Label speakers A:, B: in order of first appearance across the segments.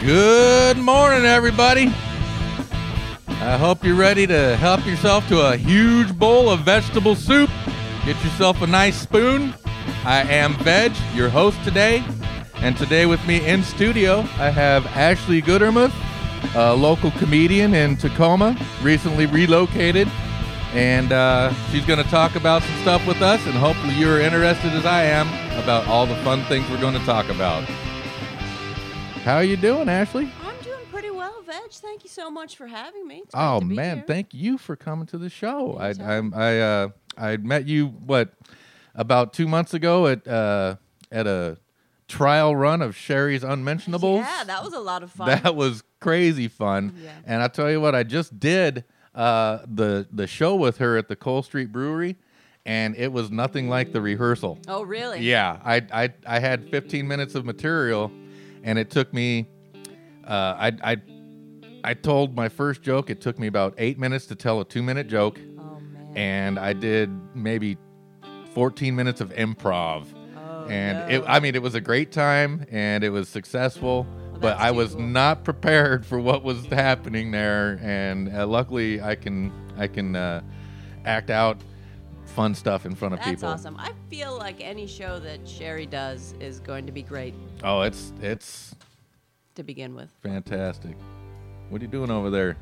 A: Good morning, everybody. I hope you're ready to help yourself to a huge bowl of vegetable soup. Get yourself a nice spoon. I am Veg, your host today. And today with me in studio, I have Ashley Goodermuth, a local comedian in Tacoma, recently relocated. And uh, she's going to talk about some stuff with us, and hopefully you're interested as I am about all the fun things we're going to talk about. How are you doing, Ashley?
B: I'm doing pretty well, Veg. Thank you so much for having me. It's great
A: Oh
B: to be
A: man,
B: here.
A: thank you for coming to the show. I
B: Anytime.
A: I'm, I uh, I met you what about two months ago at uh, at a trial run of Sherry's Unmentionables.
B: Yeah, that was a lot of fun.
A: That was crazy fun.
B: Yeah.
A: And I tell you what, I just did uh, the the show with her at the Cole Street Brewery, and it was nothing like the rehearsal.
B: oh really?
A: Yeah, I, I I had 15 minutes of material, and it took me. Uh, I I I told my first joke. It took me about eight minutes to tell a two-minute joke,
B: Oh man.
A: and I did maybe 14 minutes of improv.
B: oh,
A: And
B: no.
A: it, I mean, it was a great time, and it was successful. but
B: that's
A: I
B: too
A: was
B: cool.
A: not prepared for what was happening there, and uh, luckily, I can I can uh, act out fun stuff in front of
B: That's
A: people.
B: awesome. I feel like any show that Sherry does is going to be great
A: Oh, it's it's
B: to begin with.
A: Fantastic. What are you doing over there?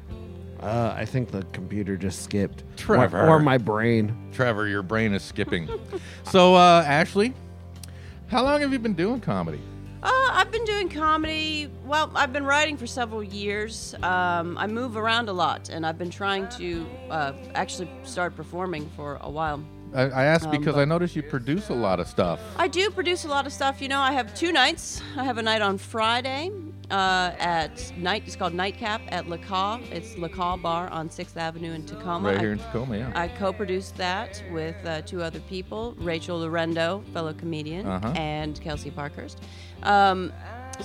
C: Uh, I think the computer just skipped. Or-
A: Trevor.
C: Or, my brain.
A: Trevor, your brain is skipping. so, uh, Ashley, how long have you been doing comedy?
B: Uh, I've been doing comedy. Well, I've been writing for several years. Um, I move around a lot, and I've been trying to uh, actually start performing for a while.
A: I, I asked
B: Um,
A: because I noticed you produce a lot of stuff.
B: I do produce a lot of stuff. You know, I have two nights. I have a night on Friday uh, at night. It's called Nightcap at La Caw. It's La Caw Bar on Sixth Avenue in Tacoma.
A: Right
B: I-
A: here in Tacoma, yeah.
B: I co-produced that with uh, two other people, Rachel Lorendo, fellow comedian,
A: Uh-huh.
B: and Kelsey Parkhurst. Um,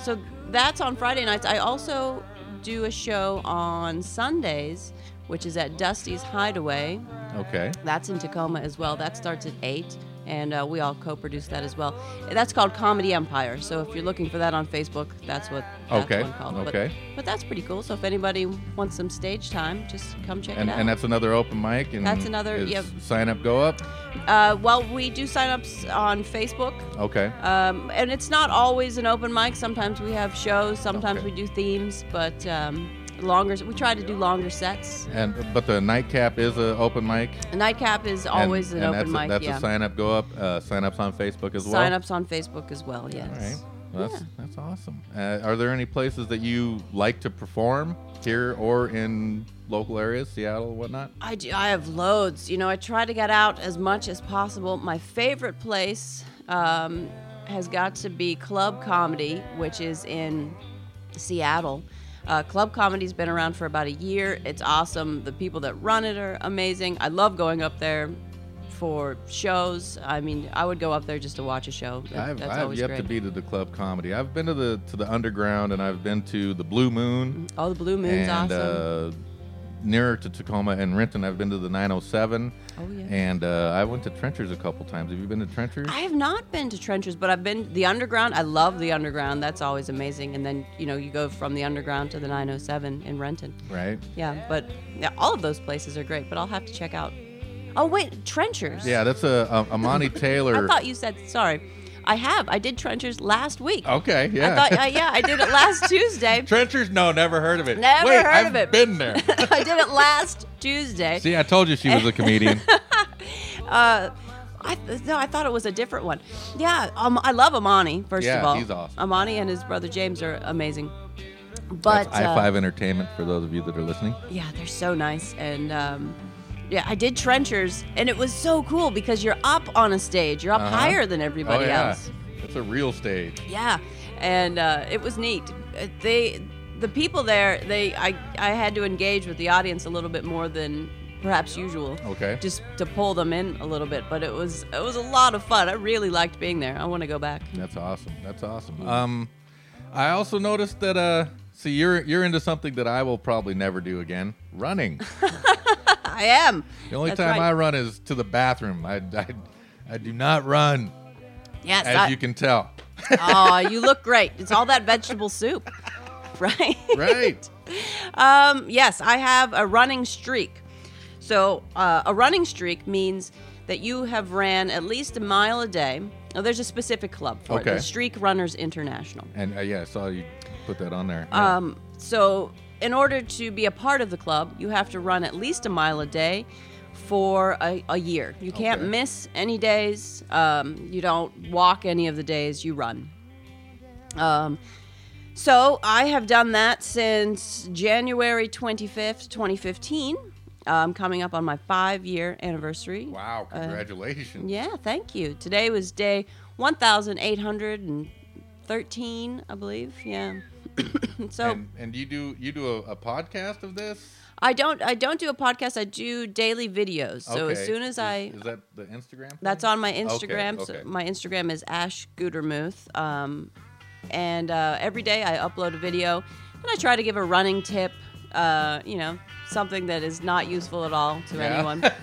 B: so that's on Friday nights. I also do a show on Sundays, which is at Dusty's Hideaway.
A: okay.
B: That's in Tacoma as well. That starts at 8, and uh, we all co produce that as well. That's called Comedy Empire. So if you're looking for that on Facebook, that's what that's
A: Okay,
B: one called.
A: okay.
B: But, but that's pretty cool. So if anybody wants some stage time, just come check
A: And,
B: it out.
A: and that's another open mic. And
B: That's another-
A: is
B: yep. Uh, um, um,
A: uh,
B: um, Uh,
A: uh, oh uh,
B: oh
A: Oh, Oh, Oh, Um, uh,
B: Oh, um, uh, um, uh,
A: Right.
B: right? um, yes, I have a running streak. So uh, a running streak means that you have ran at least a mile a day. Oh, there's a specific club for it,
A: Okay.
B: the Streak Runners International.
A: And uh, yeah, I saw you put that on there. Yeah.
B: Um, so, in order to be a part of the club, you have to run at least a mile a day for a, a year. You can't
A: Okay.
B: miss any days. Um, you don't walk any of the days you run. Um, so, I have done that since January 25th, 2015. Um, coming up on my five year anniversary.
A: wow, congratulations.
B: uh, Yeah, thank you. Today was day 1,813, I believe. Yeah. so
A: And, and you do you do a, a podcast of this?
B: I don't I don't do a podcast. I do daily videos. So as
A: Okay.
B: soon as
A: Is-
B: I
A: is that the Instagram? thing?
B: that's on my
A: Okay,
B: Instagram.
A: okay.
B: So my Instagram is Ash Gutermuth. Um, and uh, every day I upload a video and I try to give a running tip. Uh, you know, something that is not useful at all to
A: Yeah.
B: anyone. Um,
A: if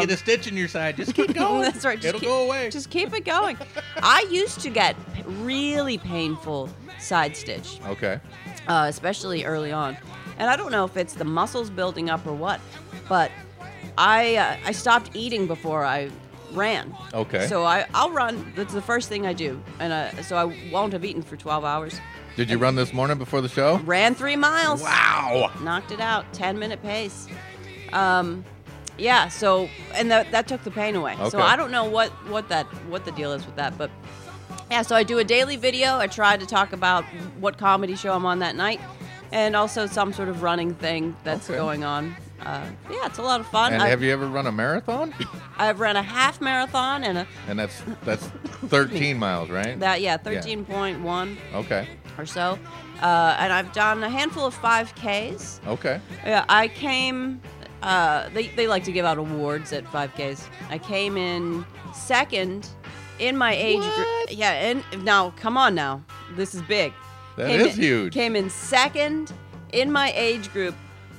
A: you get a stitch in your side, just keep going.
B: That's right. Just
A: It'll
B: keep,
A: go away.
B: Just keep it going. I used to get p- really painful side stitch
A: okay.
B: uh, especially early on. And I don't know if it's the muscles building up or what, but I uh, I stopped eating before I ran.
A: Okay.
B: So I I'll run. That's the first thing I do, and uh, so I won't have eaten for 12 hours.
A: Did you run this morning before the show?
B: Ran three miles.
A: Wow.
B: Knocked it out. 10 minute pace. Um. Yeah, so and that, that took the pain away.
A: Okay.
B: So I don't know what what that what the deal is with that, but yeah, so I do a daily video. I try to talk about what comedy show I'm on that night, and also some sort of running thing that's
A: Okay.
B: going on. Uh, yeah, it's a lot of fun.
A: And
B: I,
A: have you ever run a marathon?
B: I've run a half marathon and a
A: And that's that's 13 miles, right?
B: that yeah 13.1
A: Okay.
B: or so, uh, and I've done a handful of 5Ks.
A: Okay.
B: Yeah, I came. Uh, they, they like to give out awards at 5Ks. I came in second in my age group. Yeah, and now come on now, this is big.
A: That
B: That
A: is
B: is
A: huge.
B: Came in second in my age group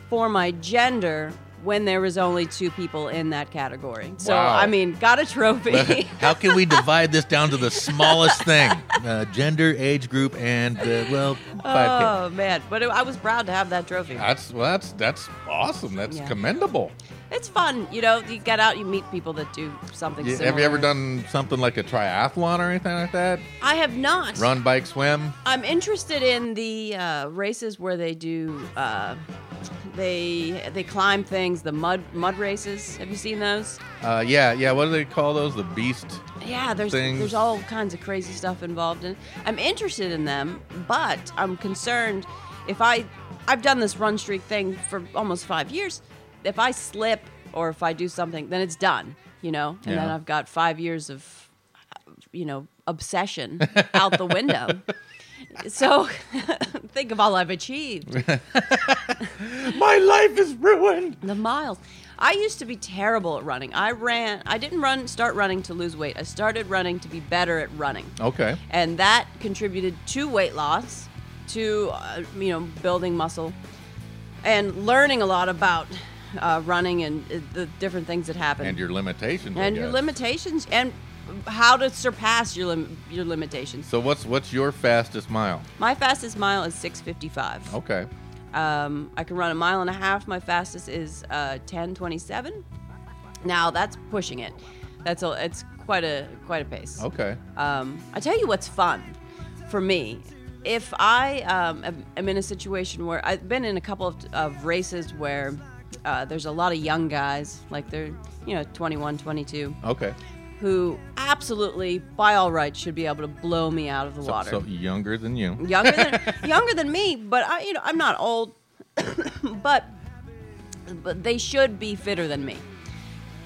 B: for my gender when there was only two people in that category. So
A: Wow.
B: I mean, got a trophy.
A: How can we divide this down to the smallest thing? Uh, gender, age group, and uh, well, five
B: oh man, but it, I was proud to have that trophy.
A: That's well, that's that's awesome. That's
B: Yeah.
A: commendable.
B: It's fun, you know. You get out, you meet people that do something.
A: You-
B: similar.
A: have you ever done something like a triathlon or anything like that?
B: I have not.
A: Run, bike, swim.
B: I'm interested in the uh, races where they do uh, they they climb things, the mud mud races. Have you seen those?
A: Uh, yeah, yeah. What do they call those? The beast.
B: Yeah, there's
A: Things.
B: there's all kinds of crazy stuff involved in. I'm interested in them, but I'm concerned if I I've done this run streak thing for almost 5 years. If I slip or if I do something, then it's done, you know? And then
A: Yeah.
B: I've got 5 years of you know, obsession out the window. So think of all I've achieved.
A: My life is ruined.
B: The miles. I used to be terrible at running. I ran. I didn't run. Start running to lose weight. I started running to be better at running,
A: Okay.
B: and that contributed to weight loss, to uh, you know building muscle, and learning a lot about uh, running and uh, the different things that happen
A: And your limitations. I
B: and your
A: guess.
B: limitations and how to surpass your lim- your limitations.
A: So what's what's your fastest mile?
B: My fastest mile is 6:55.
A: Okay.
B: Um, I can run a mile and a half. My fastest is uh, 10:27. Now that's pushing it. That's a, it's quite a quite a pace.
A: Okay.
B: Um, I tell you what's fun for me. If I um, am- am in a situation where I've been in a couple of, of races where uh, there's a lot of young guys, like they're you know 21, 22,
A: Okay.
B: who absolutely by all rights should be able to blow me out of the
A: So,
B: water
A: so younger than you.
B: younger than younger than me, but I you know I'm not old, but but they should be fitter than me,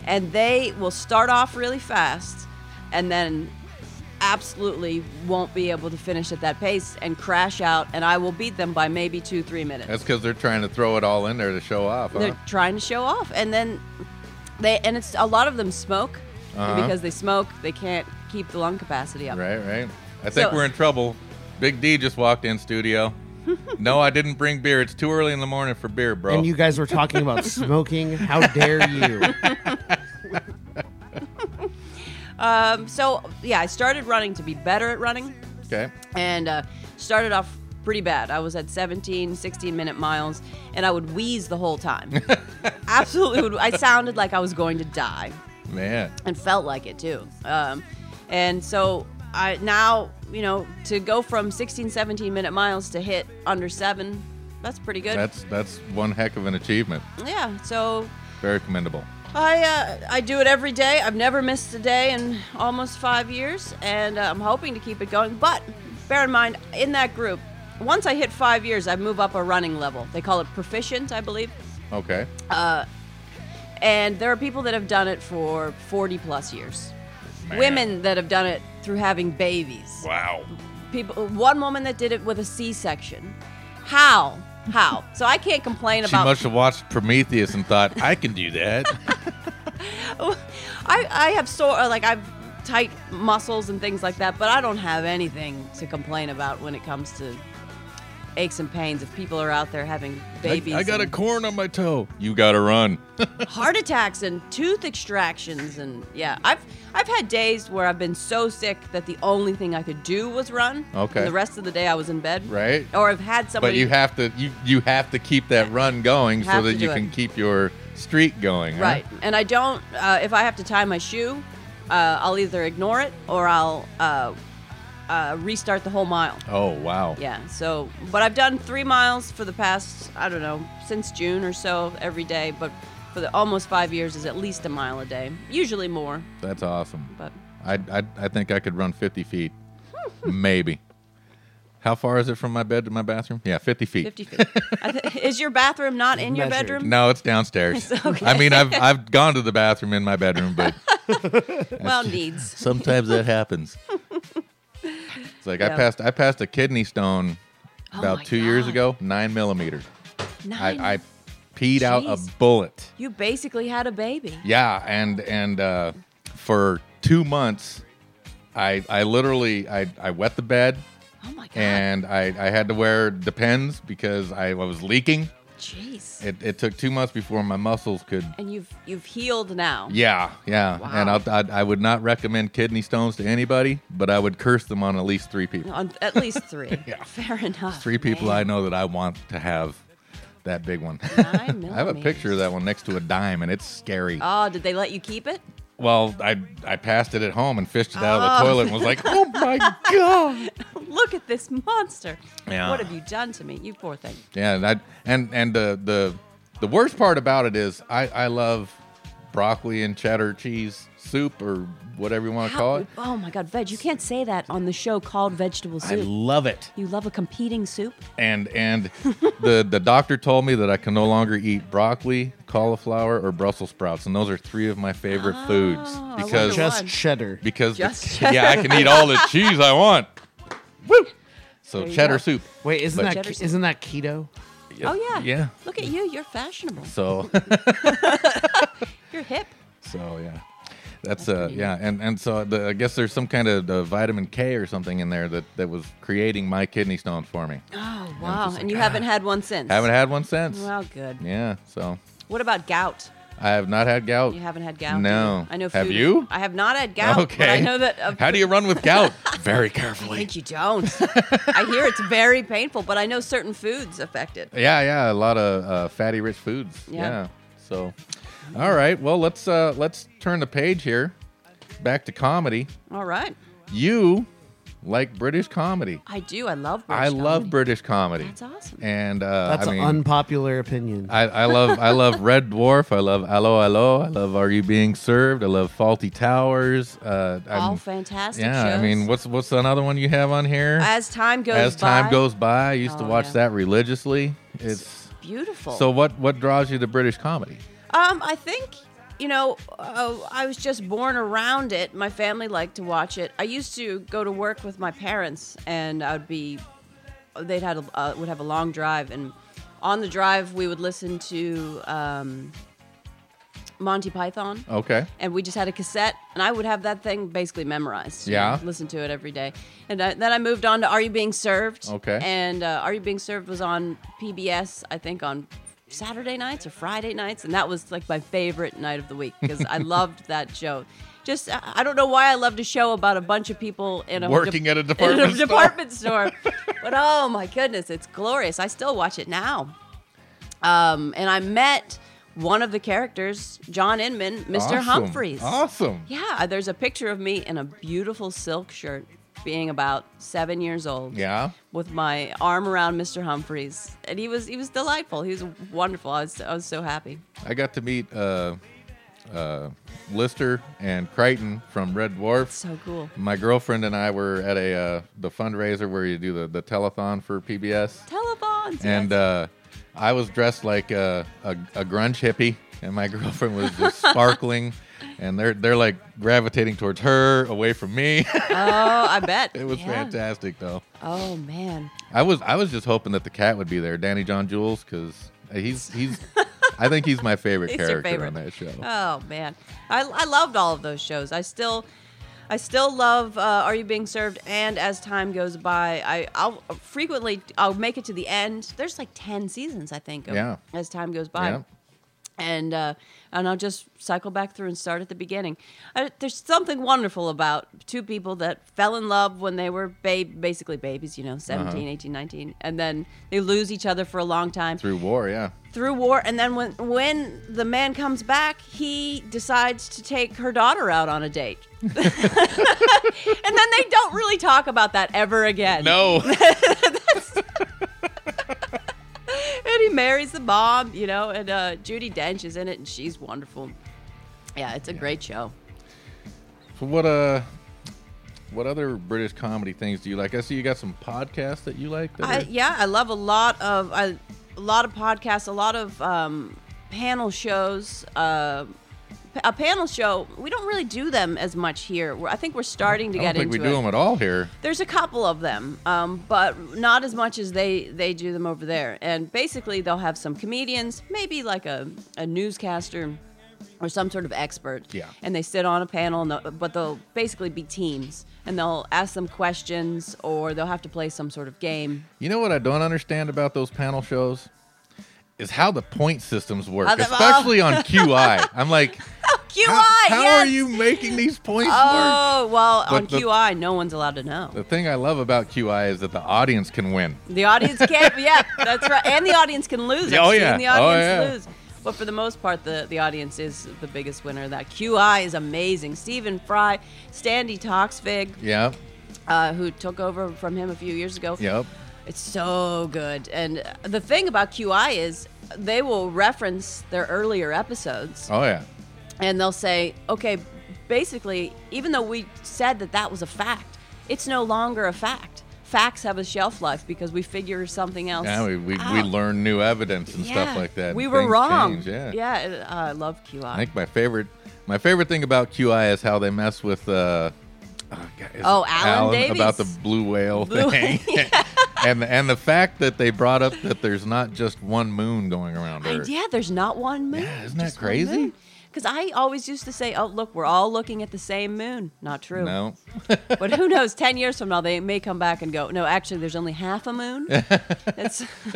B: and they will start off really fast, and then absolutely won't be able to finish at that pace and crash out, and I will beat them by maybe two three minutes.
A: That's because they're trying to throw it all in there to show off. Huh?
B: They're trying to show off, and then they and it's a lot of them smoke and
A: Uh-huh.
B: because they smoke they can't keep the lung capacity up.
A: Right, right. I think
B: So-
A: we're in trouble. Big D just walked in studio. no, I didn't bring beer. It's too early in the morning for beer, bro.
C: And you guys were talking about smoking. How dare you?
B: Um, so yeah, I started running to be better at running.
A: okay?
B: and uh, started off pretty bad. I was at 17, 16 minute miles, and I would wheeze the whole time. Absolutely, would, I sounded like I was going to die
A: Man.
B: and felt like it too. Um, and so I now, you know, to go from 16, 17 minute miles to hit under seven, that's pretty good.
A: That's that's one heck of an achievement.
B: yeah. So
A: Very commendable.
B: I uh, I do it every day. I've never missed a day in almost five years, and uh, I'm hoping to keep it going. But bear in mind, in that group, once I hit five years, I move up a running level. They call it proficient, I believe.
A: Okay.
B: And there are people that have done it for 40 plus years.
A: Man.
B: Women that have done it through having babies.
A: Wow.
B: people one woman that did it with a c-section how how so i can't complain
A: She
B: about
A: must have watched Prometheus and thought, I can do that.
B: i i have sore like i've tight muscles and things like that but i don't have anything to complain about when it comes to aches and pains if people are out there having
A: I,
B: babies
A: I got a
B: and
A: corn on my toe. You gotta run.
B: heart attacks and tooth extractions and yeah i've i've had days where i've been so sick that the only thing i could do was run
A: Okay.
B: and the rest of the day i was in bed
A: Right.
B: or i've had Oh, somebody
A: but you have to you you have to keep that run going so
B: Have to
A: that you
B: do it.
A: can keep your streak going. huh?
B: Right. And I don't, uh, if I have to tie my shoe, uh, I'll either ignore it or I'll uh, uh, restart the whole mile.
A: Oh wow.
B: Yeah. So, but I've done three miles for the past, I don't know, since June or so every day. But for the almost five years is at least a mile a day, usually more.
A: That's awesome.
B: But
A: I, I I think I could run 50 feet, maybe. How far is it from my bed to my bathroom? Yeah, 50 feet.
B: 50 feet. I th- is your bathroom not in your
C: Measured.
B: bedroom?
A: No, it's downstairs. I mean, I've I've gone to the bathroom in my bedroom, but
B: Well, needs.
A: sometimes that happens. It's like I
B: Yeah.
A: passed I passed a kidney stone
B: Oh
A: about
B: my
A: two years
B: God.
A: ago, nine millimeters.
B: Nine.
A: I, I peed out a
B: Jeez.
A: bullet.
B: you basically had a baby.
A: Yeah, and and uh, for two months, I I literally I, I wet the bed
B: Oh my God.
A: and I, I had to wear Depends because I, I was leaking.
B: Jeez.
A: It, it took two months before my muscles could.
B: and you've you've healed now.
A: Yeah, yeah.
B: Wow.
A: And I'll, I, I would not recommend kidney stones to anybody, but I would curse them on at least three people.
B: On at least three.
A: Yeah.
B: Fair enough.
A: Three people I
B: man.
A: know that I want to have that big one.
B: Nine
A: I have a picture of that one next to a dime, and it's scary.
B: Oh, did they let you keep it?
A: Well, I I passed it at home and fished it out of the
B: Oh.
A: toilet and was like, oh my god.
B: Look at this monster.
A: Yeah.
B: What have you done to me? You poor thing.
A: Yeah, and I, and and the the the worst part about it is I I love broccoli and cheddar cheese soup or whatever you want to call it.
B: Oh my God, veg! You can't say that on the show called vegetable
C: I
B: soup.
C: love it.
B: you love a competing soup?
A: And and the the doctor told me that I can no longer eat broccoli, cauliflower, or Brussels sprouts, and those are three of my favorite foods
B: Oh, I
A: because
B: wonder
C: Just
B: one.
C: cheddar.
A: because the-
B: Just-
A: yeah, I can eat all the cheese I want. Woo! So
B: There you
A: cheddar
B: go.
A: soup.
C: Wait, isn't
A: But-
C: that
B: Cheddar
C: isn't that keto?
B: Oh yeah.
A: Yeah.
B: Look at you. You're fashionable.
A: So
B: You're hip.
A: So yeah, that's uh yeah, and and so the, I guess there's some kind of uh, vitamin K or something in there that that was creating my kidney stones for me.
B: Oh wow.
A: just
B: and
A: like,
B: you haven't had one since.
A: Haven't had one since.
B: Well, good.
A: Yeah, so
B: What about gout?
A: I have not had gout.
B: You haven't had gout.
A: No.
B: either. I know.
A: Have
B: food-
A: you?
B: I have not had gout.
A: okay.
B: But I know that. uh,
A: How do you run with gout? Very
B: I
A: carefully.
B: think you don't. I hear it's very painful, but I know certain foods affect it.
A: Yeah, yeah, a lot of uh, fatty rich foods. Yeah.
B: Yeah.
A: So, all right, well let's uh let's turn the page here, back to comedy.
B: All right.
A: You like British comedy.
B: I do. I love British
A: I love
B: comedy.
A: British comedy.
B: That's awesome.
A: And uh,
C: That's
A: I mean,
C: an unpopular opinion.
A: I, I love I love Red Dwarf. I love Allo Allo. I love Are You Being Served. I love Faulty Towers. Uh, I'm-
B: All fantastic
A: yeah,
B: shows.
A: I mean, what's what's another one you have on here?
B: as time goes
A: As time
B: by,
A: goes by, I used to
B: Oh,
A: watch
B: yeah.
A: that religiously. It's
B: beautiful.
A: Oh. so what what draws you to British comedy?
B: um, I think you know, uh, I was just born around it. My family liked to watch it. I used to go to work with my parents, and I would be, they'd had a, uh, would have a long drive, and on the drive we would listen to um, Monty Python.
A: Okay,
B: and we just had a cassette, and I would have that thing basically memorized. you
A: Yeah.
B: know, listen to it every day, and I, then I moved on to "Are You Being Served?"
A: Okay.
B: and uh, "Are You Being Served" was on PBS, I think on Saturday nights or Friday nights, and that was like my favorite night of the week because I loved that show. Just uh, I I don't know why I loved a show about a bunch of people in a
A: Working at a
B: in
A: department store.
B: department store, but oh my goodness, it's glorious. I still watch it now. Um, and I met one of the characters, John Inman, Mr.
A: Awesome.
B: Humphreys.
A: Awesome.
B: Yeah, there's a picture of me in a beautiful silk shirt, being about seven years old.
A: Yeah.
B: With my arm around Mr. Humphreys, and he was he was delightful. He was wonderful. I was I was so happy.
A: I got to meet uh, uh, Lister and Crichton from Red Dwarf.
B: So cool.
A: My girlfriend and I were at a uh, the fundraiser where you do the, the telethon for PBS,
B: Telethons.
A: and
B: yes.
A: uh, I was dressed like a, a, a grunge hippie, and my girlfriend was just sparkling, and they're they're like gravitating towards her away from me.
B: oh, I bet
A: uh, it was
B: Yeah.
A: fantastic though.
B: Oh man,
A: I was I was just hoping that the cat would be there, Danny John Jules, because he's he's I think he's my favorite
B: He's your
A: character on
B: favorite.
A: that show.
B: oh man, I I loved all of those shows. I still. I still love uh, Are You Being Served, and as time goes by, I, I'll frequently I'll make it to the end. There's like ten seasons, I think. Of,
A: Yeah.
B: As time goes by,
A: yeah.
B: and uh, and I'll just cycle back through and start at the beginning. I, there's something wonderful about two people that fell in love when they were ba- basically babies, you
A: Uh-huh.
B: know, 17, 18, 19, and then they lose each other for a long time
A: Through war, yeah.
B: through war and then when when the man comes back he decides to take her daughter out on a date and then they don't really talk about that ever again
A: No.
B: and he marries the mom you know and uh, judy dench is in it and she's wonderful yeah it's a great show
A: So what uh what other British comedy things do you like? I see you got some podcasts that you like. That
B: I,
A: are-
B: yeah, I love a lot of I, a lot of podcasts, a lot of um, panel shows. Uh, p- a panel show, we don't really do them as much here. We're, I think we're starting to
A: I
B: get
A: don't think we
B: into
A: do
B: it.
A: them at all here.
B: There's a couple of them, um, but not as much as they they do them over there. And basically, they'll have some comedians, maybe like a, a newscaster or some sort of expert.
A: Yeah.
B: And they sit on a panel, and they'll- but they'll basically be teams, and they'll ask them questions, or they'll have to play some sort of game.
A: You know what I don't understand about those panel shows is how the point systems work,
B: How the-
A: especially on QI. I'm like,
B: QI.
A: how, how
B: yes.
A: are you making these points work?
B: Oh well,
A: But
B: on
A: the-
B: QI, no one's allowed to know.
A: The thing I love about QI is that the audience can win.
B: The audience can't. Yeah, that's right. And the audience can lose. I've
A: Oh,
B: seen
A: yeah.
B: the
A: Oh,
B: audience
A: yeah.
B: lose. But for the most part, the, the audience is the biggest winner. of That QI is amazing. Stephen Fry, Standy Toxvig,
A: Yeah.
B: uh, who took over from him a few years ago.
A: Yep.
B: It's so good. And uh, the thing about QI is they will reference their earlier episodes.
A: Oh yeah.
B: and they'll say, okay, basically, even though we said that that was a fact, it's no longer a fact. Facts have a shelf life because we figure something else.
A: Yeah, we, we, we
B: out.
A: learn new evidence and
B: Yeah.
A: stuff like that.
B: We
A: and
B: were
A: things
B: wrong.
A: change, Yeah.
B: yeah. it- uh, I love QI.
A: I think my favorite my favorite thing about QI is how they mess with uh, oh, God, is
B: Oh,
A: it
B: Alan Davies.
A: about the blue whale
B: Blue-
A: thing, and and the fact that they brought up that there's not just one moon going around
B: I-
A: Earth.
B: yeah, there's not one moon.
A: Yeah, isn't that crazy?
B: Because I always used to say, oh, look, we're all looking at the same moon. Not true.
A: No,
B: But who knows? 10 years from now, they may come back and go, no, actually, there's only half a moon. it's,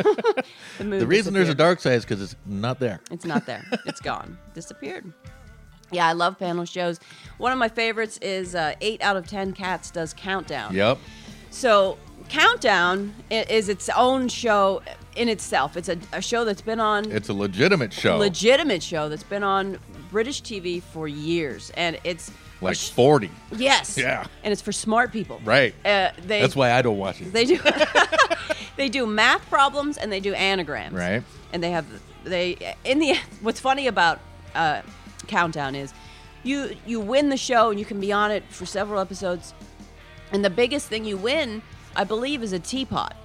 B: the moon
A: the reason there's a
B: disappeared.
A: dark side is because it's not there.
B: It's not there. It's gone. Disappeared. Yeah, I love panel shows. One of my favorites is uh, eight out of ten cats does countdown.
A: Yep.
B: So countdown i- is its own show in itself. It's a, a show that's been on
A: It's a legitimate show,
B: legitimate show that's been on British TV for years, and it's
A: like 40.
B: yes,
A: Yeah.
B: and it's for smart people.
A: Right.
B: Uh, they
A: That's why I don't watch it.
B: they do they do math problems and they do anagrams.
A: Right.
B: And they have they in the what's funny about uh, countdown is you you win the show and you can be on it for several episodes. And the biggest thing you win, I believe, is a teapot.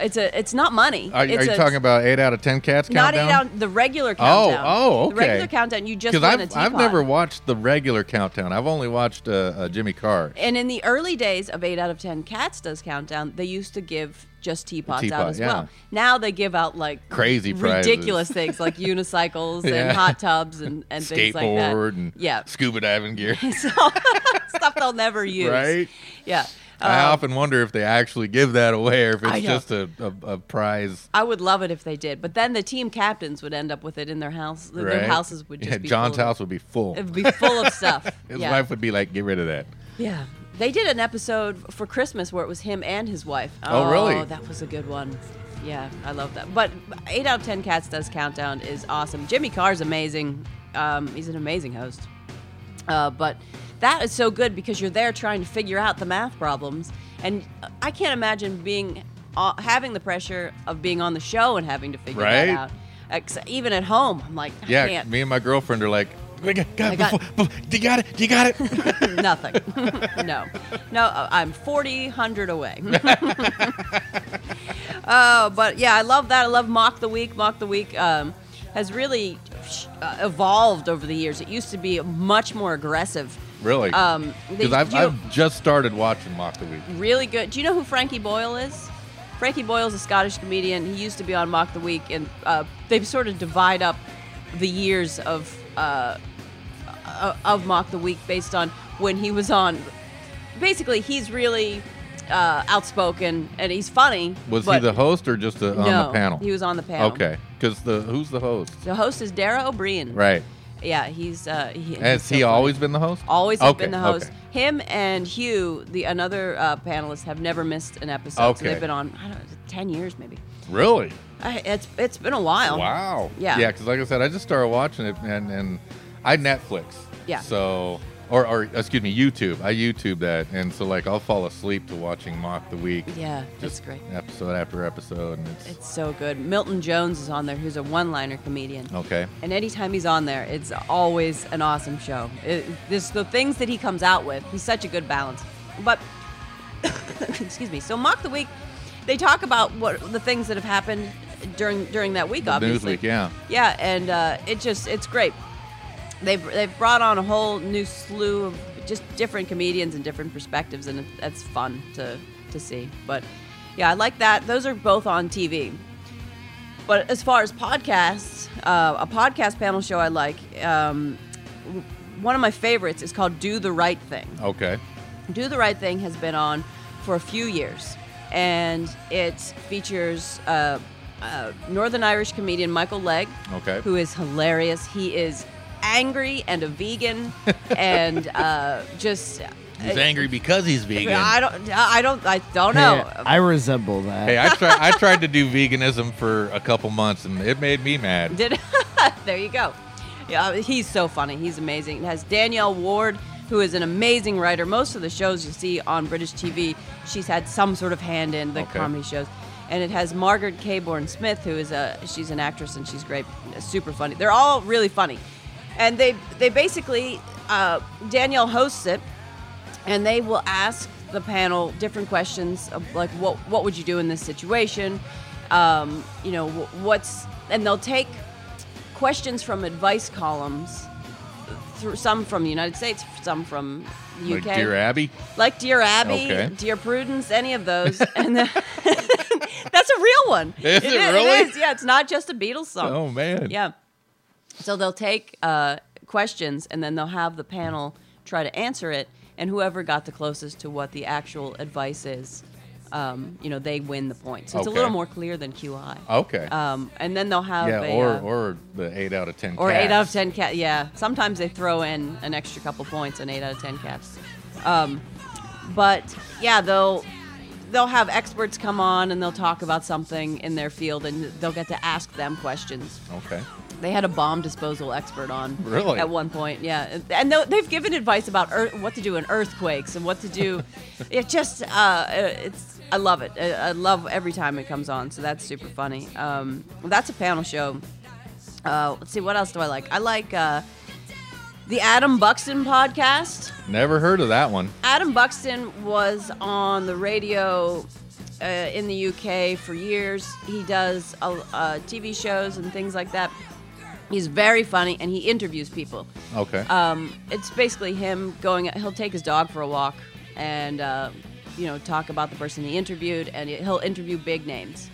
B: It's a it's not money.
A: Are, are
B: it's
A: you
B: a,
A: talking about eight out of ten cats
B: not
A: countdown?
B: eight out the regular countdown?
A: oh,
B: The regular
A: okay.
B: countdown. You just
A: Because
B: won a
A: I've,
B: teapot.
A: I've never watched the regular countdown. I've only watched uh, uh, Jimmy Carr.
B: And in the early days of 8 out of 10 Cats Does Countdown, they used to give just teapots out
A: teapot,
B: as
A: yeah.
B: well. Now they give out like
A: Crazy prizes.
B: ridiculous things like unicycles
A: Yeah.
B: and hot tubs and, and
A: skateboard
B: things like that.
A: and
B: yeah.
A: scuba diving gear.
B: So, stuff they'll never use.
A: Right?
B: Yeah.
A: I often wonder if they actually give that away or if
B: Um, I
A: it's
B: know.
A: just a, a, a prize.
B: I would love it if they did, but then the team captains would end up with it in their house. Their
A: right?
B: houses would just
A: yeah,
B: be
A: John's
B: full
A: house would be full.
B: Of, it would be full of stuff.
A: His
B: yeah.
A: wife would be like, "Get rid of that."
B: yeah. They did an episode for Christmas where it was him and his wife.
A: Oh, really?
B: That was a good one. Yeah, I love that. But eight out of ten cats does countdown is awesome. Jimmy Carr's amazing. Um, he's an amazing host. Uh, but that is so good because you're there trying to figure out the math problems, and I can't imagine being uh, having the pressure of being on the show and having to figure that
A: Right?
B: out. Ex- even at home, I'm like, I
A: Yeah,
B: can't.
A: me and my girlfriend are like, "We got- got-
B: I got-
A: before- before- "Do you got it? Do you got it?"
B: nothing. no, no, I- I'm 40, 100 away. uh, but yeah, I love that. I love Mock the Week. Mock the Week um, has really uh, evolved over the years. It used to be much more aggressive.
A: really?
B: Um, they-
A: Because I've,
B: you-
A: I've just started watching Mock the Week.
B: really good. Do you know who Frankie Boyle is? Frankie Boyle's a Scottish comedian. He used to be on Mock the Week, and uh, they've sort of divide up the years of uh, uh, of Mock the Week based on when he was on. Basically, he's really uh, outspoken and he's funny.
A: Was he
B: but
A: the host or just a, on
B: no,
A: the panel?
B: He was on the panel.
A: Okay, because the who's the host?
B: The host is Dara O'Brien.
A: Right.
B: Yeah, he's. Uh, he,
A: Has
B: he's so
A: he
B: funny.
A: always been the host?
B: Always have
A: okay.
B: been the host.
A: Okay.
B: Him and Hugh, the another uh, panelist, have never missed an episode. So
A: Okay.
B: they've been on I don't know, ten years maybe.
A: Really?
B: I, it's it's been a while.
A: Wow.
B: Yeah.
A: Yeah, because like I said, I just started watching it, and and I Netflix.
B: Yeah.
A: So. Or, or excuse me, YouTube. I YouTube that, and so like I'll fall asleep to watching Mock the Week.
B: Yeah, it's
A: Just
B: great.
A: Episode after episode, and it's,
B: It's so good. Milton Jones is on there, who's a one-liner comedian.
A: okay.
B: And anytime he's on there, it's always an awesome show. It, this the things that he comes out with. He's such a good balance. But excuse me. So mock the week, they talk about what the things that have happened during during that week. obviously,
A: Newsweek, yeah.
B: Yeah, and uh, it just it's great. They've they've brought on a whole new slew of just different comedians and different perspectives, and it, that's fun to to see. But yeah, I like that. Those are both on TV. But as far as podcasts, uh, a podcast panel show I like. Um, w- one of my favorites is called "Do the Right Thing."
A: Okay.
B: Do the Right Thing has been on for a few years, and it features uh, uh, Northern Irish comedian Michael Legg,
A: Okay.
B: who is hilarious. He is angry and a vegan, and uh, just
A: He's angry because he's vegan.
B: I don't, I don't, I don't know.
C: Hey, I resemble that.
A: Hey, I tried. I tried to do veganism for a couple months, and it made me mad.
B: Did there you go? Yeah, he's so funny. He's amazing. It has Danielle Ward, who is an amazing writer. Most of the shows you see on British TV, she's had some sort of hand in the
A: Okay.
B: comedy shows. And it has Margaret Caborn Smith, who is a she's an actress and she's great, super funny. They're all really funny, and they they basically uh, Danielle hosts it and they will ask the panel different questions of like what what would you do in this situation um, you know wh- what's and they'll take questions from advice columns through some from the United States some from the UK
A: Like Dear Abby.
B: like Dear Abby,
A: Okay.
B: Dear Prudence, any of those. And then, that's a real one.
A: Is it really?
B: It is. Yeah, it's not just a Beatles song.
A: Oh man.
B: Yeah. So they'll take uh, questions and then they'll have the panel try to answer it, and whoever got the closest to what the actual advice is, um, you know, they win the point. So it's a
A: Okay.
B: little more clear than QI.
A: Okay.
B: Um, and then they'll have
A: yeah.
B: a,
A: Or
B: uh,
A: or the eight out of ten.
B: or eight
A: cats.
B: out of ten cat. Yeah, sometimes they throw in an extra couple points on eight out of ten cats. Um, but yeah, they'll they'll have experts come on and they'll talk about something in their field, and they'll get to ask them questions.
A: Okay.
B: They had a bomb disposal expert on
A: Really?
B: at one point. Yeah, and tho- they've given advice about ear what to do in earthquakes and what to do. it just uh, it's I love it. I, I love every time it comes on. So that's super funny. Um, that's a panel show. Uh, let's see what else do I like. I like uh, the Adam Buxton podcast.
A: Never heard of that one.
B: Adam Buxton was on the radio uh, in the UK for years. He does uh, uh, TV shows and things like that. He's very funny and he interviews people.
A: Okay.
B: Um, it's basically him going, he'll take his dog for a walk and, uh, you know, talk about the person he interviewed and he'll interview big names.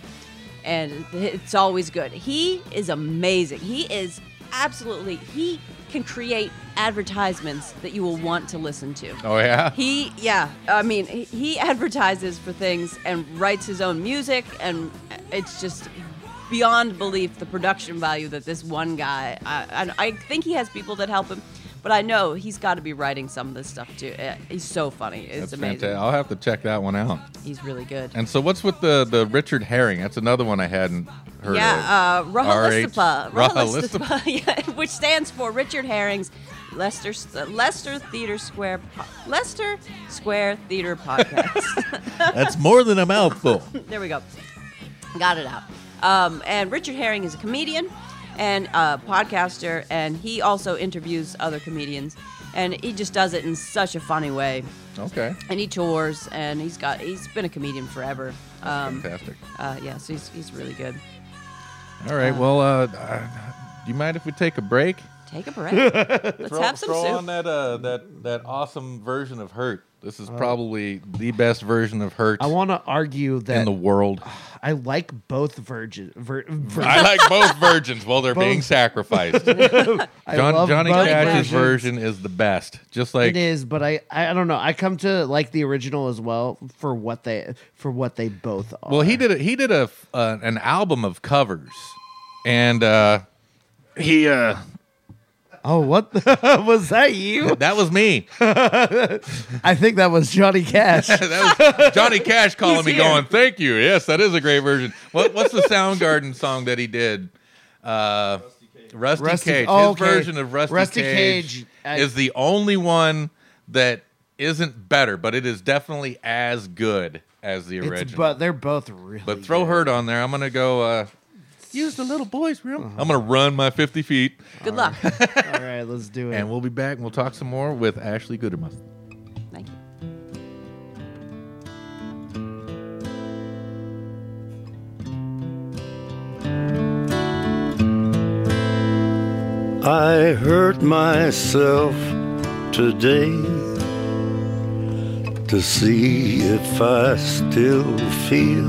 B: And it's always good. He is amazing. He is absolutely, he can create advertisements that you will want to listen to.
A: Oh yeah.
B: He, yeah, I mean, he- he advertises for things and writes his own music, and it's just beyond belief the production value that this one guy. I, and I think he has people that help him, but I know he's got to be writing some of this stuff too. Eh, He's so funny. It's
A: That's
B: amazing.
A: fantastic. I'll have to check that one out.
B: He's really good.
A: And so what's with the the Richard Herring? That's another one I hadn't heard
B: yeah, uh,
A: of.
B: Rahalistipa.
A: RH
B: Rahalistipa, yeah, which stands for Richard Herring's Leicester Leicester Theater Square po- Leicester Square Theater Podcast.
A: That's more than a mouthful.
B: There we go. Got it out. Um, and Richard Herring is a comedian and a podcaster, and he also interviews other comedians. And he just does it in such a funny way.
A: okay.
B: And he tours, and he's got he's been a comedian forever. Um,
A: Fantastic.
B: uh, yeah, so he's, he's really good.
A: All right. well, uh, uh, do you mind if we take a break?
B: Take a break. Let's have some
A: throw on
B: soup.
A: that uh, that that awesome version of Hurt. This is probably the best version of Hurt
C: I want to argue
A: in
C: that
A: the world.
C: I like both virgin. Vir, vir,
A: I like both virgins while they're being
C: Both.
A: sacrificed.
C: I
A: John-
C: love
A: Johnny
C: both
A: Cash's
C: versions.
A: version is the best. Just like
C: It is, but I, I I don't know. I come to like the original as well for what they for what they both are.
A: Well, he did a, he did a f- uh, an album of covers, and uh, he uh,
C: Oh, what the, was that? You?
A: that was me.
C: I think that was Johnny Cash.
A: that was Johnny Cash calling
B: He's
A: me,
B: here.
A: going, "Thank you. Yes, that is a great version." What, what's the Soundgarden song that he did? Uh, Rusty,
C: Rusty-
A: Cage.
C: oh,
A: His
C: okay.
A: version of Rusty,
C: Rusty
A: Cage,
C: Cage, I-
A: is the only one that isn't better, but it is definitely as good as the original.
C: It's, but they're both really.
A: But throw
C: good.
A: hurt on there. I'm gonna go. Uh, Use the little boy's room. I'm gonna run my 50 feet,
B: Good luck.
C: All right, let's do it.
A: and we'll be back and we'll talk some more with Ashley Goodermuth.
B: Thank you.
D: I hurt myself today to see if I still feel.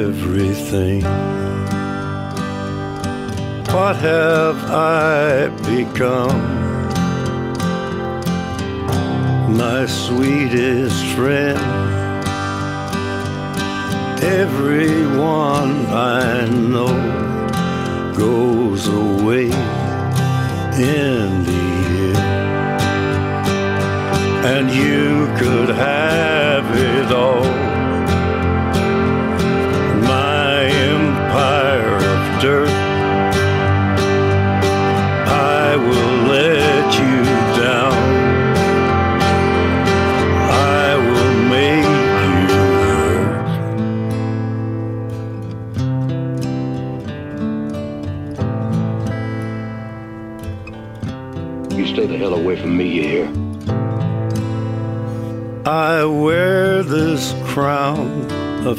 D: everything. What have I become? My sweetest friend. Everyone I know goes away in the end. And you could have it all. My empire of dirt. I will let you down. I will make you hurt.
E: You stay the hell away from me, you hear?
D: I wear this crown of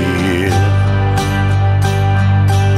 D: end.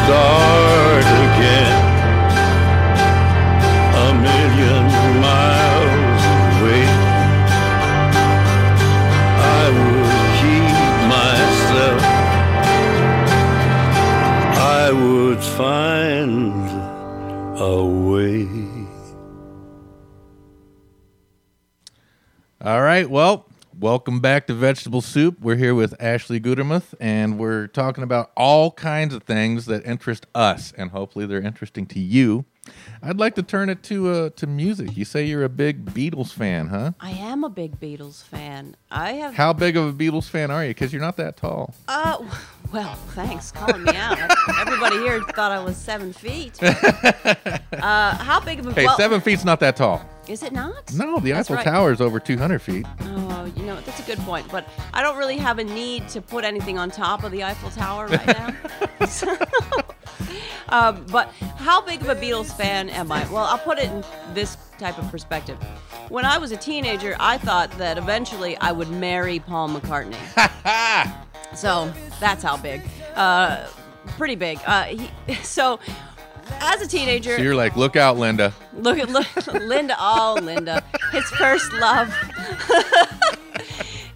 D: start again a million miles away, I would keep myself. I would find a way.
A: All right. Well, welcome back to Vegetable Soup. We're here with Ashley Gudermuth, and we're talking about all kinds of things that interest us, and hopefully they're interesting to you. I'd like to turn it to uh, to music. You say you're a big Beatles fan, huh?
B: I am a big Beatles fan. I have.
A: How big of a Beatles fan are you? Because you're not that tall.
B: Uh, well, thanks calling me out. Everybody here thought I was seven feet. Uh, how big of a?
A: Hey,
B: well,
A: seven feet's not that tall.
B: Is it not?
A: No, the
B: That's
A: Eiffel
B: right.
A: Tower is over 200 feet.
B: Oh, you know that's a good point. But I don't really have a need to put anything on top of the Eiffel Tower right now. So, um, but how big of a Beatles fan am I? Well, I'll put it in this type of perspective. When I was a teenager, I thought that eventually I would marry Paul McCartney. So that's how big. Uh, pretty big. Uh, he, so as a teenager,
A: So you're like, look out, Linda.
B: Look at look, Linda. Oh, Linda, his first love.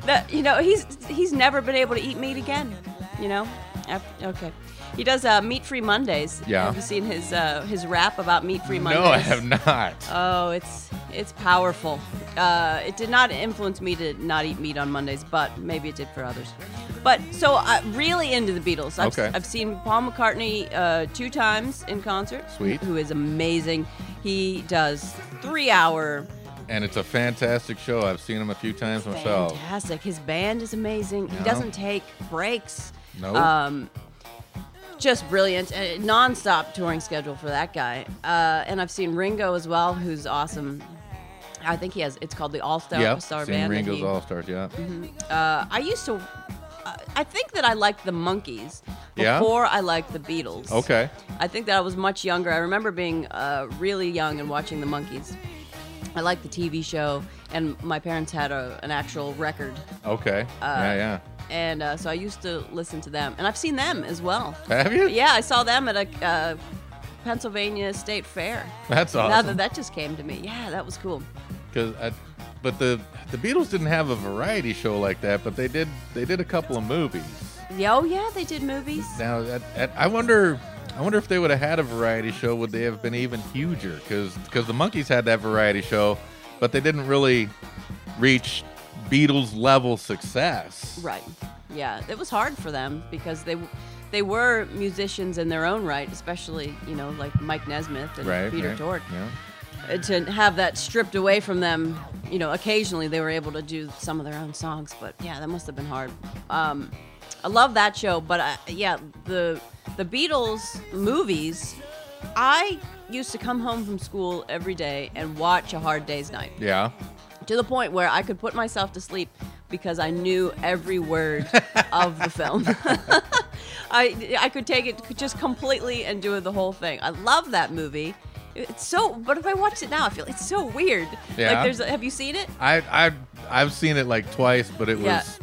B: that you know he's he's never been able to eat meat again. You know, Af- okay. He does uh, meat free Mondays.
A: Yeah.
B: Have you seen his uh, his rap about meat free Mondays?
A: No, I have not.
B: Oh, it's it's powerful. Uh, it did not influence me to not eat meat on Mondays, but maybe it did for others. But so uh, really into the Beatles. I've,
A: Okay.
B: I've seen Paul McCartney uh, two times in concert.
A: Sweet.
B: Who is amazing. He does three hour.
A: and it's a fantastic show. I've seen them a few times myself.
B: Fantastic. His band is amazing. He
A: Yeah.
B: doesn't take breaks.
A: No.
B: Um, just brilliant. Uh, non-stop touring schedule for that guy. Uh, and I've seen Ringo as well, who's awesome. I think he has. It's called the All Star
A: yeah,
B: Star
A: seen
B: Band. and
A: Ringo's
B: he-
A: All Stars. Yeah.
B: uh, I used to. I- I think that I liked the Monkeys
A: Yeah?
B: before I liked the Beatles.
A: Okay.
B: I think that I was much younger. I remember being uh, really young and watching the Monkeys. I liked the TV show, and my parents had a, an actual record,
A: Okay.
B: Uh,
A: yeah,
B: and uh, so I used to listen to them. And I've seen them as well.
A: yeah. Have you?
B: Yeah, I saw them at a uh, Pennsylvania State Fair.
A: That's
B: Now that
A: awesome.
B: that just came to me, yeah, that was cool.
A: Because, but the the Beatles didn't have a variety show like that, but they did they did a couple of movies.
B: Yeah, oh yeah, they did movies.
A: Now, that, that, I wonder. I wonder if they would have had a variety show, would they have been even huger? Because the monkeys had that variety show, but they didn't really reach Beatles level success.
B: Right. Yeah, it was hard for them because they they were musicians in their own right, especially you know like Mike Nesmith and
A: Right.
B: Peter
A: right,
B: Tork.
A: Yeah.
B: Uh, To have that stripped away from them, you know, occasionally they were able to do some of their own songs, but yeah, that must have been hard. Um, I love that show, but I, yeah, the the Beatles movies. I used to come home from school every day and watch A Hard Day's Night
A: Yeah.
B: to the point where I could put myself to sleep because I knew every word of the film. I I could take it just completely and do the whole thing. I love that movie. It's so, but if I watch it now, I feel it's so weird.
A: Yeah.
B: Like there's, have you seen it?
A: I I I've seen it like twice, but it
B: Yeah.
A: was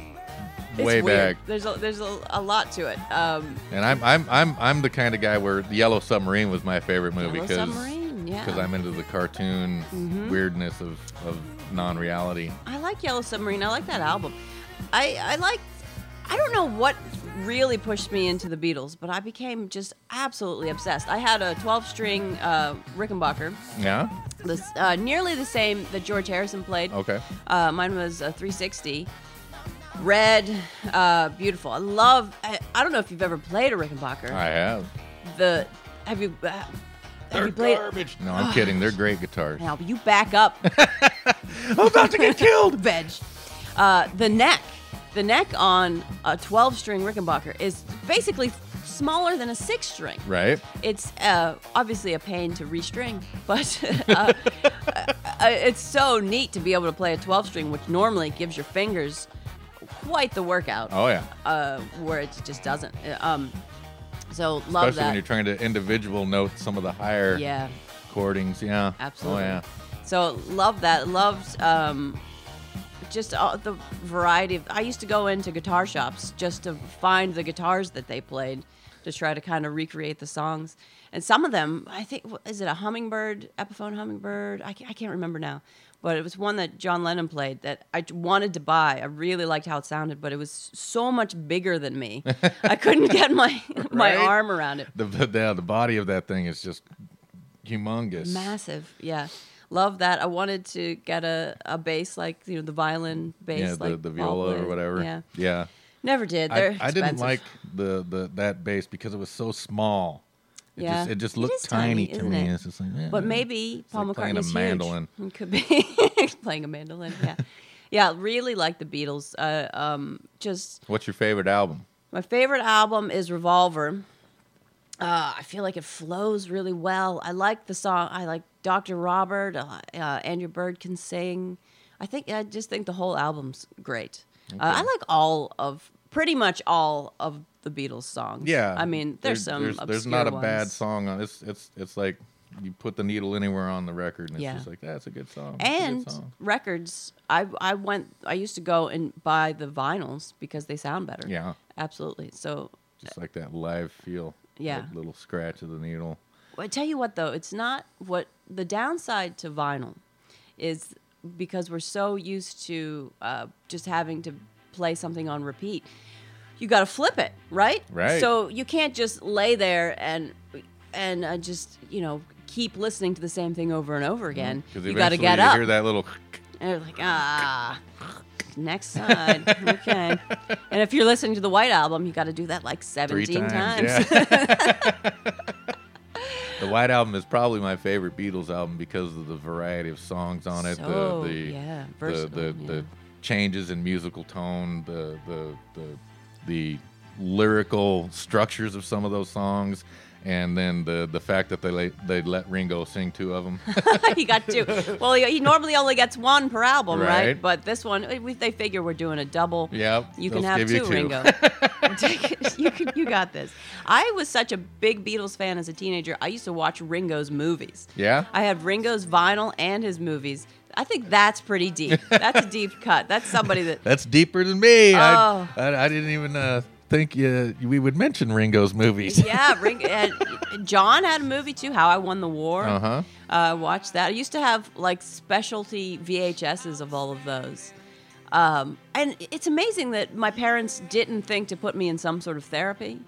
B: It's
A: way
B: weird.
A: back.
B: There's a, there's a, a lot to it. Um,
A: And I'm I'm I'm I'm the kind of guy where the Yellow Submarine was my favorite movie
B: Yellow Submarine, yeah. Mm-hmm.
A: because I'm into the cartoon weirdness of of non-reality.
B: I like Yellow Submarine. I like that album. I I like. I don't know what really pushed me into the Beatles, but I became just absolutely obsessed. I had a 12-string uh, Rickenbacker,
A: Yeah.
B: this, uh, nearly the same that George Harrison played.
A: Okay.
B: Uh, mine was a 360. Red, uh, beautiful. I love. I, I don't know if you've ever played a Rickenbacker.
A: I have.
B: The have you uh, have
A: They're
B: you played?
A: garbage. No, I'm kidding. They're great guitars.
B: Now you back up.
A: I'm about to get killed.
B: veg. Uh, the neck, the neck on a 12-string Rickenbacker is basically smaller than a six-string.
A: Right.
B: It's uh, obviously a pain to restring, but uh, uh, it's so neat to be able to play a 12-string, which normally gives your fingers quite the workout,
A: Oh yeah.
B: uh, where it just doesn't. Uh, Um, so love
A: Especially when you're
B: that.
A: trying to individual note some of the higher
B: yeah.
A: chordings. Yeah.
B: Absolutely.
A: Oh yeah.
B: So love that. Loved um, just all the variety of. I used to go into guitar shops just to find the guitars that they played to try to kind of recreate the songs. And some of them, I think, wh- is it a hummingbird, Epiphone hummingbird? I can't, I can't remember now. But it was one that John Lennon played that I t- wanted to buy. I really liked how it sounded, but it was so much bigger than me. I couldn't get my my
A: Right?
B: arm around it.
A: The, the, the, the body of that thing is just humongous.
B: Massive, yeah. Love that. I wanted to get a, a bass like you know the violin bass,
A: yeah, the,
B: like
A: the
B: Paul
A: viola or
B: played.
A: whatever.
B: Yeah,
A: yeah.
B: never did. They're
A: I, I didn't
B: expensive.
A: like the, the that bass because it was so small. It
B: Yeah.
A: just it just
B: It
A: looked
B: is
A: tiny,
B: tiny,
A: to
B: isn't
A: me.
B: it?
A: It's just like, eh. yeah,
B: But maybe Paul
A: like playing
B: McCartney's
A: a
B: huge.
A: mandolin.
B: He could be playing a mandolin. Yeah, yeah. Really like the Beatles. Uh, um, just
A: What's your favorite album?
B: my favorite album is Revolver. Uh, I feel like it flows really well. I like the song. I like Dr. Robert. Uh, uh, Andrew Bird can sing. I think I just think the whole album's great. Uh, I like all of pretty much all of the Beatles songs.
A: Yeah,
B: I mean,
A: there-
B: there's some
A: There's,
B: obscure
A: there's not a
B: ones.
A: bad song on it's it's it's like you put the needle anywhere on the record and it's
B: Yeah.
A: just like that's a good song. It's a good
B: and
A: song."
B: records i i went i used to go and buy the vinyls because they sound better
A: Yeah.
B: absolutely so
A: just like that live feel.
B: Yeah.
A: that little scratch of the needle.
B: i tell you what though it's not what the downside to vinyl is because we're so used to uh, just having to play something on repeat you got to flip it right
A: Right.
B: so you can't just lay there and and uh, just you know keep listening to the same thing over and over again
A: Because
B: you got to
A: Mm-hmm. eventually
B: get
A: you
B: up
A: Hear that little.
B: And they're like, ah, next side. okay. And if you're listening to the White Album, you got to do that like 17
A: Three times.
B: times.
A: Yeah. the White Album is probably my favorite Beatles album because of the variety of songs on it.
B: So,
A: the the,
B: yeah,
A: the,
B: versatile,
A: the,
B: yeah.
A: the changes in musical tone, the, the the the lyrical structures of some of those songs. And then the the fact that they let, they let Ringo sing two of them.
B: he got two. Well, he, he normally only gets one per album, right?
A: Right.
B: But this one, eh, we, they figure we're doing a double.
A: Yep,
B: You can
A: they'll
B: have
A: give
B: two,
A: you two.
B: Ringo. Take it. you, can, you got this. I was such a big Beatles fan as a teenager. I used to watch Ringo's movies.
A: Yeah?
B: I had Ringo's vinyl and his movies. I think that's pretty deep. That's a deep cut. That's somebody that
A: That's deeper than me. I,
B: Oh.
A: I, I didn't even uh, think uh, we would mention Ringo's movies.
B: yeah, Ring, and John had a movie too, How I Won the War.
A: Uh-huh.
B: I watched Uh, that. I used to have like specialty VHSs of all of those. Um, and it's amazing that my parents didn't think to put me in some sort of therapy.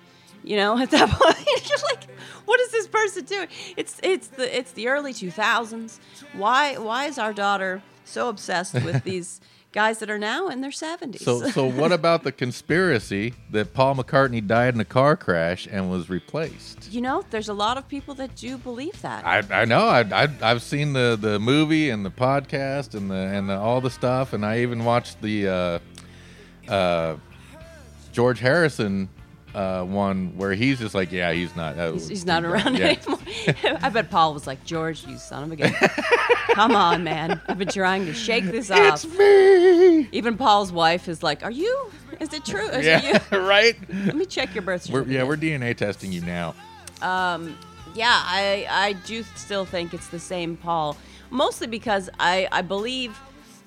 B: You know, at that point, you're like, "What is this person doing?" It's it's the it's the early 2000s. Why why is our daughter so obsessed with these guys that are now in their 70s?
A: So, so what about the conspiracy that Paul McCartney died in a car crash and was replaced?
B: you know, there's a lot of people that do believe that.
A: I, I know I, I I've seen the, the movie and the podcast and the and the, all the stuff and I even watched the uh, uh, George Harrison uh, one where he's just like yeah he's not uh,
B: He's, he's not
A: yeah,
B: around
A: yeah.
B: anymore. I bet Paul was like, George, you son of a gun. Come on, man. I've been trying to shake this off.
A: It's me.
B: Even Paul's wife is like, Are you? Is it true? Is it you?
A: Yeah, right.
B: Let me check your birth
A: We're,
B: certificate.
A: yeah, we're DNA testing you now.
B: Yeah, I, I do still think it's the same Paul, mostly because I, I believe,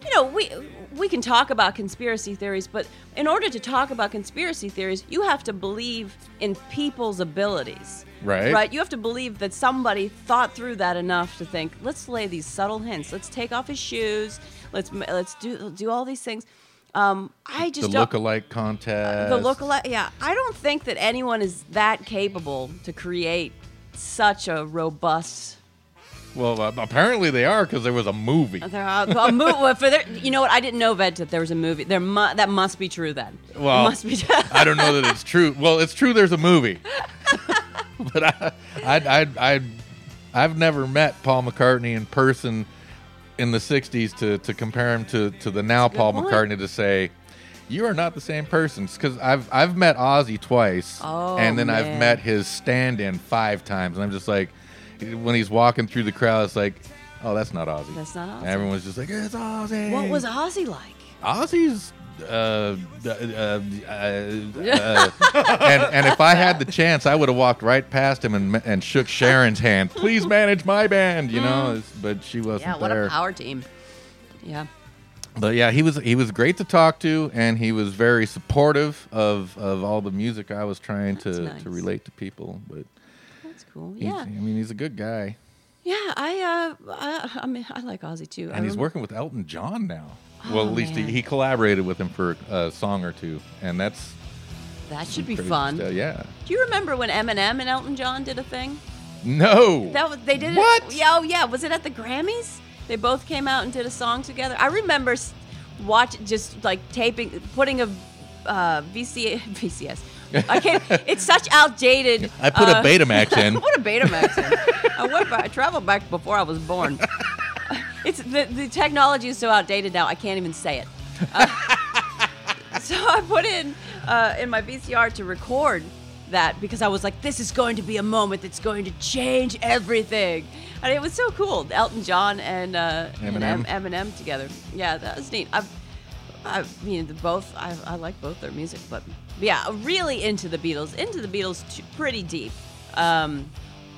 B: you know, we we can talk about conspiracy theories, but in order to talk about conspiracy theories, you have to believe in people's abilities.
A: Right.
B: Right. You have to believe that somebody thought through that enough to think, let's lay these subtle hints. Let's take off his shoes. Let's ma- let's do do all these things. Um, I
A: The
B: just don't,
A: look-alike contest.
B: the look alike yeah i don't think that anyone is that capable to create such a robust
A: Well, uh, apparently they are because there was a movie.
B: there are, a mo- Uh, well, for there, you know what i didn't know Ved, that there was a movie there mu- that must be true then
A: Well,
B: it must be
A: I don't know that it's true. Well, it's true. There's a movie, but I, I, I, I, I've never met Paul McCartney in person in the '60s to to compare him to to the now
B: good
A: Paul
B: point.
A: McCartney to say. You are not the same person, because I've I've met Ozzy twice,
B: Oh,
A: and then I've
B: man.
A: met his stand-in five times, and I'm just like, when he's walking through the crowd, it's like, oh, that's not Ozzy.
B: That's not Ozzy.
A: Everyone's just like, it's Ozzy.
B: what was ozzy like
A: Ozzy's. Uh, uh, uh, uh, uh, and and if I had the chance, I would have walked right past him and and shook Sharon's hand. Please manage my band, you know. It's- But she wasn't
B: yeah Mm. what
A: there.
B: a power team yeah
A: but yeah, he was he was great to talk to, and he was very supportive of of all the music I was trying to
B: nice.
A: to relate to people. But
B: That's cool.
A: he's,
B: Yeah,
A: I mean, he's a good guy,
B: yeah. I uh, I, I mean, I like Ozzy too. I
A: and he's
B: remember-
A: working with Elton John now. well,
B: Um, Oh,
A: at least he,
B: man.
A: he collaborated with him for a song or two, and that's
B: That should be
A: pretty
B: fun.
A: stuff. yeah.
B: Do you remember when Eminem and Elton John did a thing?
A: No.
B: That was they did
A: What?
B: it. Yeah, oh yeah. Was it at the Grammys? They both came out and did a song together. I remember s- watch just like taping, putting a uh, VC, VCS. I can't. it's such outdated.
A: I put a
B: uh,
A: Betamax in.
B: what a Betamax! is. I went by, I traveled back before I was born. It's the, the technology is so outdated now. I can't even say it. Uh, so I put in uh, in my VCR to record that because I was like, this is going to be a moment that's going to change everything, and it was so cool. Elton John and uh, and
A: Eminem.
B: Em- Eminem together. Yeah, that was neat. I've I mean, the both. I, I like both their music, but yeah, really into the Beatles. Into the Beatles, t- pretty deep. Um,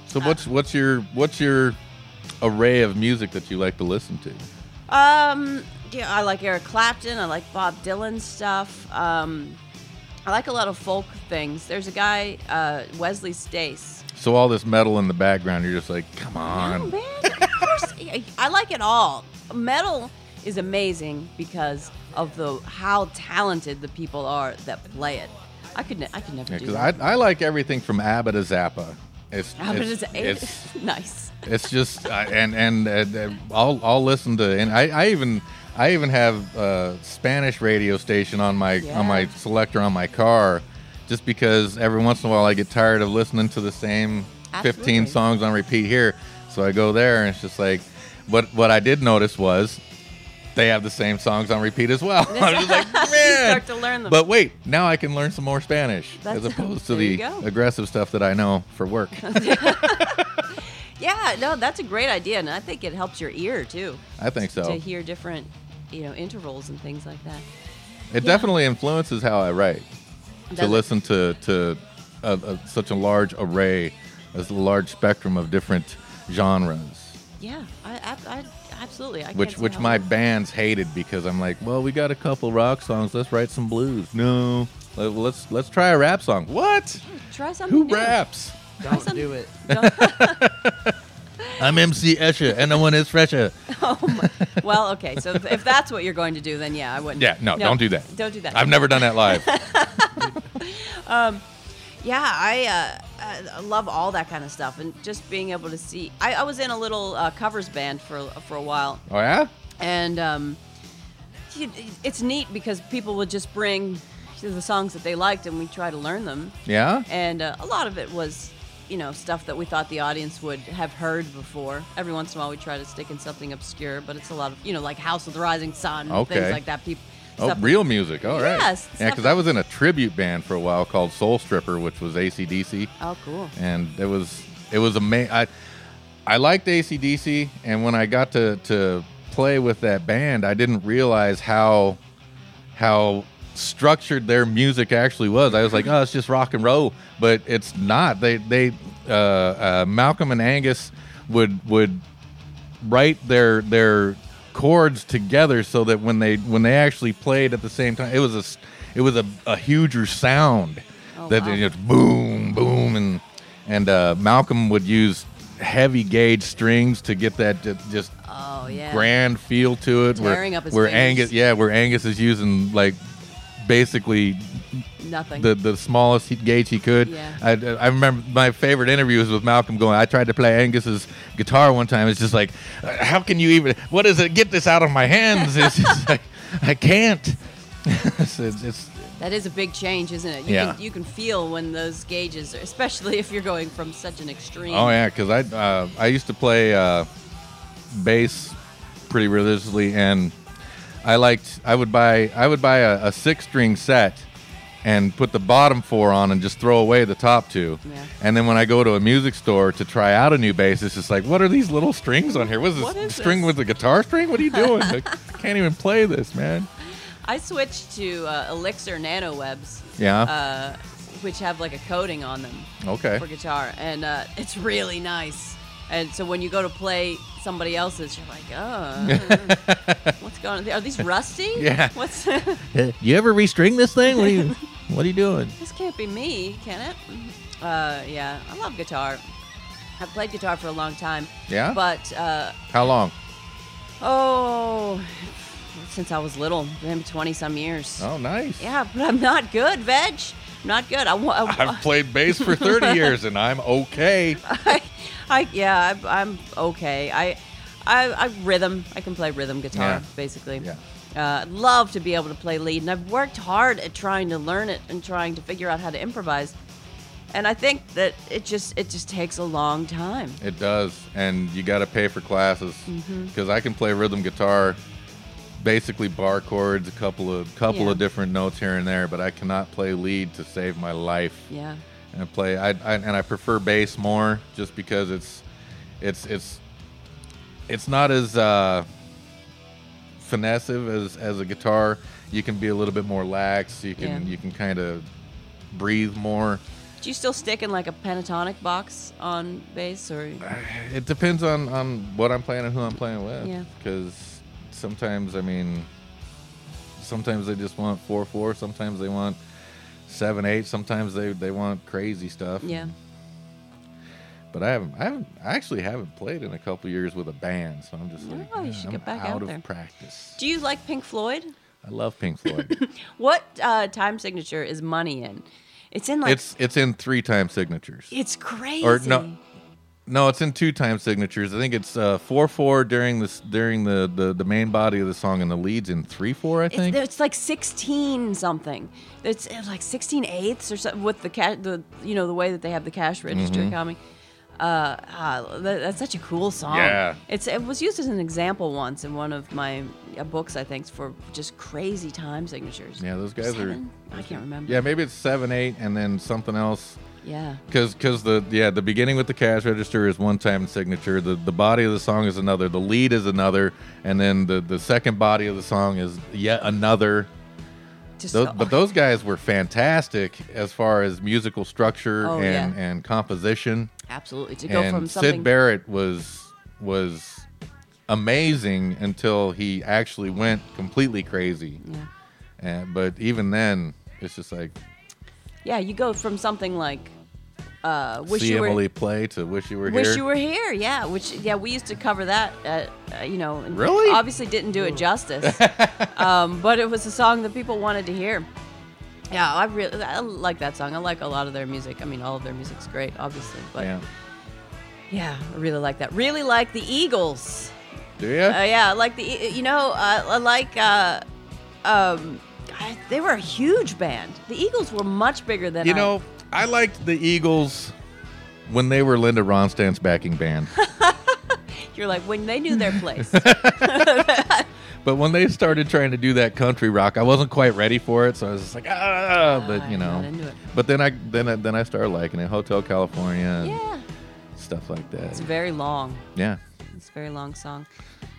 A: So what's what's your what's your array of music that you like to listen to?
B: um, yeah, I like Eric Clapton. I like Bob Dylan stuff. Um, I like a lot of folk things. There's a guy, uh, Wesley Stace.
A: So all this metal in the background, you're just like, come
B: Oh
A: on.
B: man, of course, I- I like it all. Metal is amazing because of the how talented the people are that play it. I could, ne- I could never do
A: Because
B: that.
A: I, I like everything from ABBA to Zappa. It's,
B: How about
A: it's,
B: it's eight?
A: it's,
B: nice.
A: it's just I and and uh, uh, I'll I'll listen to and I, I even I even have a Spanish radio station on my on my
B: Yeah.
A: selector on my car, just because every once in a while I get tired of listening to the same
B: Absolutely.
A: fifteen songs on repeat here, so I go there and it's just like, what what I did notice was. They have the same songs on repeat as well. I'm just like,
B: You
A: man.
B: start to learn them.
A: But wait, now I can learn some more Spanish as
B: That's-
A: opposed to
B: there
A: the
B: you go.
A: aggressive stuff that I know for work.
B: Yeah, no, that's a great idea, and I think it helps your ear too
A: I think so.
B: to hear different, you know, intervals and things like that.
A: It
B: Yeah.
A: definitely influences how I write to
B: Does it?
A: listen to to a, a, such a large array, as a large spectrum of different genres,
B: Yeah, I, I, I absolutely. I
A: which
B: can't
A: which
B: tell.
A: my bands hated because I'm like, well, we got a couple rock songs, let's write some blues. No, Let- let's let's try a rap song. What?
B: try something.
A: Who
B: new.
A: raps?
C: Don't
B: some-
C: do it.
A: I'm MC Escher, and no one is fresher.
B: Well, okay, so if- if that's what you're going to do, then yeah, I wouldn't.
A: Yeah, no, don't do that.
B: Don't do that.
A: I've never done that live.
B: Yeah, I, uh, I love all that kind of stuff, and just being able to see. I, I was in a little uh, covers band for for a while,
A: Oh yeah.
B: and um, it- it's neat because people would just bring the songs that they liked, and we try to learn them.
A: Yeah?
B: And uh, a lot of it was, you know, stuff that we thought the audience would have heard before. Every once in a while, we try to stick in something obscure, but it's a lot of, you know, like House of the Rising Sun,
A: Okay.
B: things like that. People.
A: Oh, real music. All right.
B: Yes,
A: Yeah,
B: stuff
A: because
B: that-
A: I was in a tribute band for a while called Soul Stripper, which was ACDC.
B: Oh, cool.
A: and it was it was amazing. I I liked ACDC, and when I got to to play with that band, I didn't realize how how structured their music actually was. I was like, oh, it's just rock and roll, but it's not. They they uh, uh, Malcolm and Angus would would write their their chords together so that when they when they actually played at the same time, it was a s- it was a, a huger sound
B: Oh,
A: that
B: wow.
A: they just boom boom and and uh, Malcolm would use heavy gauge strings to get that ju- just
B: Oh, yeah.
A: grand feel to it.
B: Tearing
A: where
B: up his
A: where
B: fingers.
A: Angus, yeah, where Angus is using like basically
B: Nothing.
A: the the smallest he- gauge he could.
B: Yeah.
A: I, I remember my favorite interview was with Malcolm going. I tried to play Angus's guitar one time. It's just like, "Uh, how can you even? What is it? Get this out of my hands! It's just like, I can't. it's, it's, it's-
B: that is a big change, isn't it? You
A: Yeah.
B: Can, you can feel when those gauges, are, especially if you're going from such an extreme.
A: oh yeah, because I uh, I used to play uh, bass pretty religiously, and I liked. I would buy I would buy a, a six string set. And put the bottom four on and just throw away the top two.
B: Yeah.
A: And then when I go to a music store to try out a new bass, it's just like, what are these little strings on here? What is this
B: What is
A: string
B: this?
A: with a guitar string? What are you doing? like, can't even play this, man.
B: I switched to uh, Elixir Nano Webs,
A: Yeah.
B: uh, which have like a coating on them.
A: okay.
B: for guitar, and uh, it's really nice. And so when you go to play somebody else's, you're like, oh, what's going on? Are these rusty?
A: Yeah.
B: What's this?
A: you ever restring this thing? What are you? What are you doing?
B: Can't be me, can it? Uh, yeah, I love guitar. I've played guitar for a long time.
A: Yeah?
B: But uh,
A: How long?
B: oh, since I was little, been 20 some years.
A: Oh, nice.
B: Yeah, but I'm not good, Veg. I'm not good. I, wa- I,
A: I've played bass for 30 years and I'm okay.
B: I, I yeah, I, I'm okay. I, I, I rhythm. I can play rhythm guitar
A: Yeah.
B: basically.
A: Yeah.
B: Uh, I'd love to be able to play lead, and I've worked hard at trying to learn it and trying to figure out how to improvise. And I think that it just it just takes a long time.
A: It does. And you got to pay for classes
B: Mm-hmm.
A: because I can play rhythm guitar, basically bar chords, a couple of couple
B: Yeah.
A: of different notes here and there, but I cannot play lead to save my life.
B: Yeah.
A: And I play I, I and I prefer bass more just because it's it's it's it's not as uh finessive as as a guitar. You can be a little bit more lax. You can
B: Yeah.
A: you can kind of breathe more.
B: Do you still stick in like a pentatonic box on bass or?
A: It depends on on what I'm playing and who I'm playing with.
B: Yeah.
A: Because sometimes I mean, sometimes they just want four four. Sometimes they want seven eight. Sometimes they they want crazy stuff.
B: Yeah.
A: But I haven't I haven't I actually haven't played in a couple years with a band, so I'm just like
B: Oh, you
A: "Yeah,
B: should
A: I'm
B: get back
A: out,
B: out
A: of
B: there."
A: practice.
B: Do you like Pink Floyd?
A: I love Pink Floyd.
B: What uh, time signature is money in? It's in like E-,
A: it's it's in three time signatures.
B: it's crazy.
A: or no no it's in two time signatures i think it's uh four four during this during the, the the main body of the song and the leads in three four i think
B: It's, it's like 16 something. It's, it's like 16 eighths or something with the cash, the you know the way that they have the cash register
A: Mm-hmm.
B: coming. Uh, ah, that, that's such a cool song.
A: Yeah.
B: it's it was used as an example once in one of my uh, books, I think, for just crazy time signatures.
A: yeah those guys
B: Seven?
A: are
B: I can't remember.
A: yeah maybe it's seven eight and then something else
B: yeah,
A: because because the yeah the beginning with the cash register is one time signature the the body of the song is another the lead is another and then the the second body of the song is yet another
B: just
A: Tho-
B: so-
A: but those guys were fantastic as far as musical structure
B: Oh,
A: and
B: yeah.
A: and composition
B: absolutely to go from
A: and
B: something.
A: Sid Barrett was was amazing until he actually went completely crazy.
B: yeah.
A: And, but even then, it's just like
B: yeah, you go from something like uh, wish
A: see
B: you were
A: Emily play to wish you were
B: Wish
A: here.
B: you were here, yeah. Which yeah, we used to cover that. At, uh, you know, and
A: Really?
B: Obviously, didn't do it justice, um, but it was a song that people wanted to hear. Yeah, I really I like that song. I like a lot of their music. I mean, all of their music's great, obviously, but yeah,
A: yeah.
B: I really like that. Really like the Eagles.
A: Do you?
B: Uh, yeah, I like the E- you know uh, I like uh, um, I, they were a huge band. The Eagles were much bigger than
A: you
B: I-
A: know, I liked the Eagles when they were Linda Ronstadt's backing band.
B: You're like when they knew their place.
A: but when they started trying to do that country rock, I wasn't quite ready for it, so I was just like, ah, but you
B: I'm
A: know.
B: not into it.
A: But then I then I, then I started liking it. Hotel California and
B: yeah,
A: stuff like that.
B: it's very long.
A: yeah.
B: It's a very long song.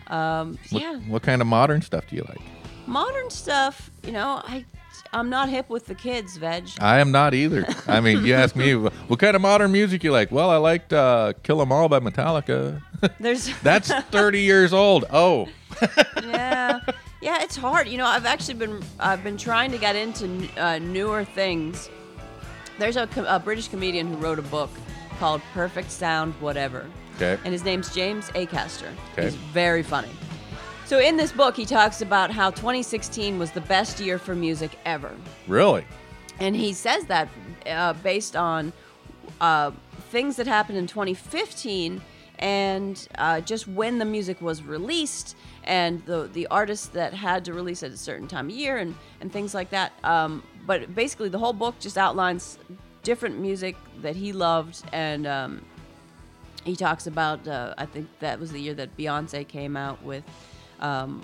B: Um,
A: What,
B: yeah,
A: what kind of modern stuff do you like?
B: modern stuff. You know, I I'm not hip with the kids, Veg.
A: I am not either. I mean, you ask me wh- what kind of modern music you like. Well, I liked uh, "Kill 'Em All" by Metallica.
B: There's
A: That's 30 years old. Oh,
B: yeah, yeah. It's hard. You know, I've actually been I've been trying to get into uh, newer things. There's a, co- a British comedian who wrote a book called Perfect Sound Whatever.
A: Okay.
B: And his name's James Acaster.
A: Okay.
B: He's very funny. So in this book, he talks about how 2016 was the best year for music ever.
A: really?
B: And he says that uh, based on uh, things that happened in 2015 and uh, just when the music was released and the, the artists that had to release at a certain time of year and, and things like that. Um, but basically, the whole book just outlines different music that he loved and. Um, he talks about, uh, I think that was the year that Beyonce came out with um,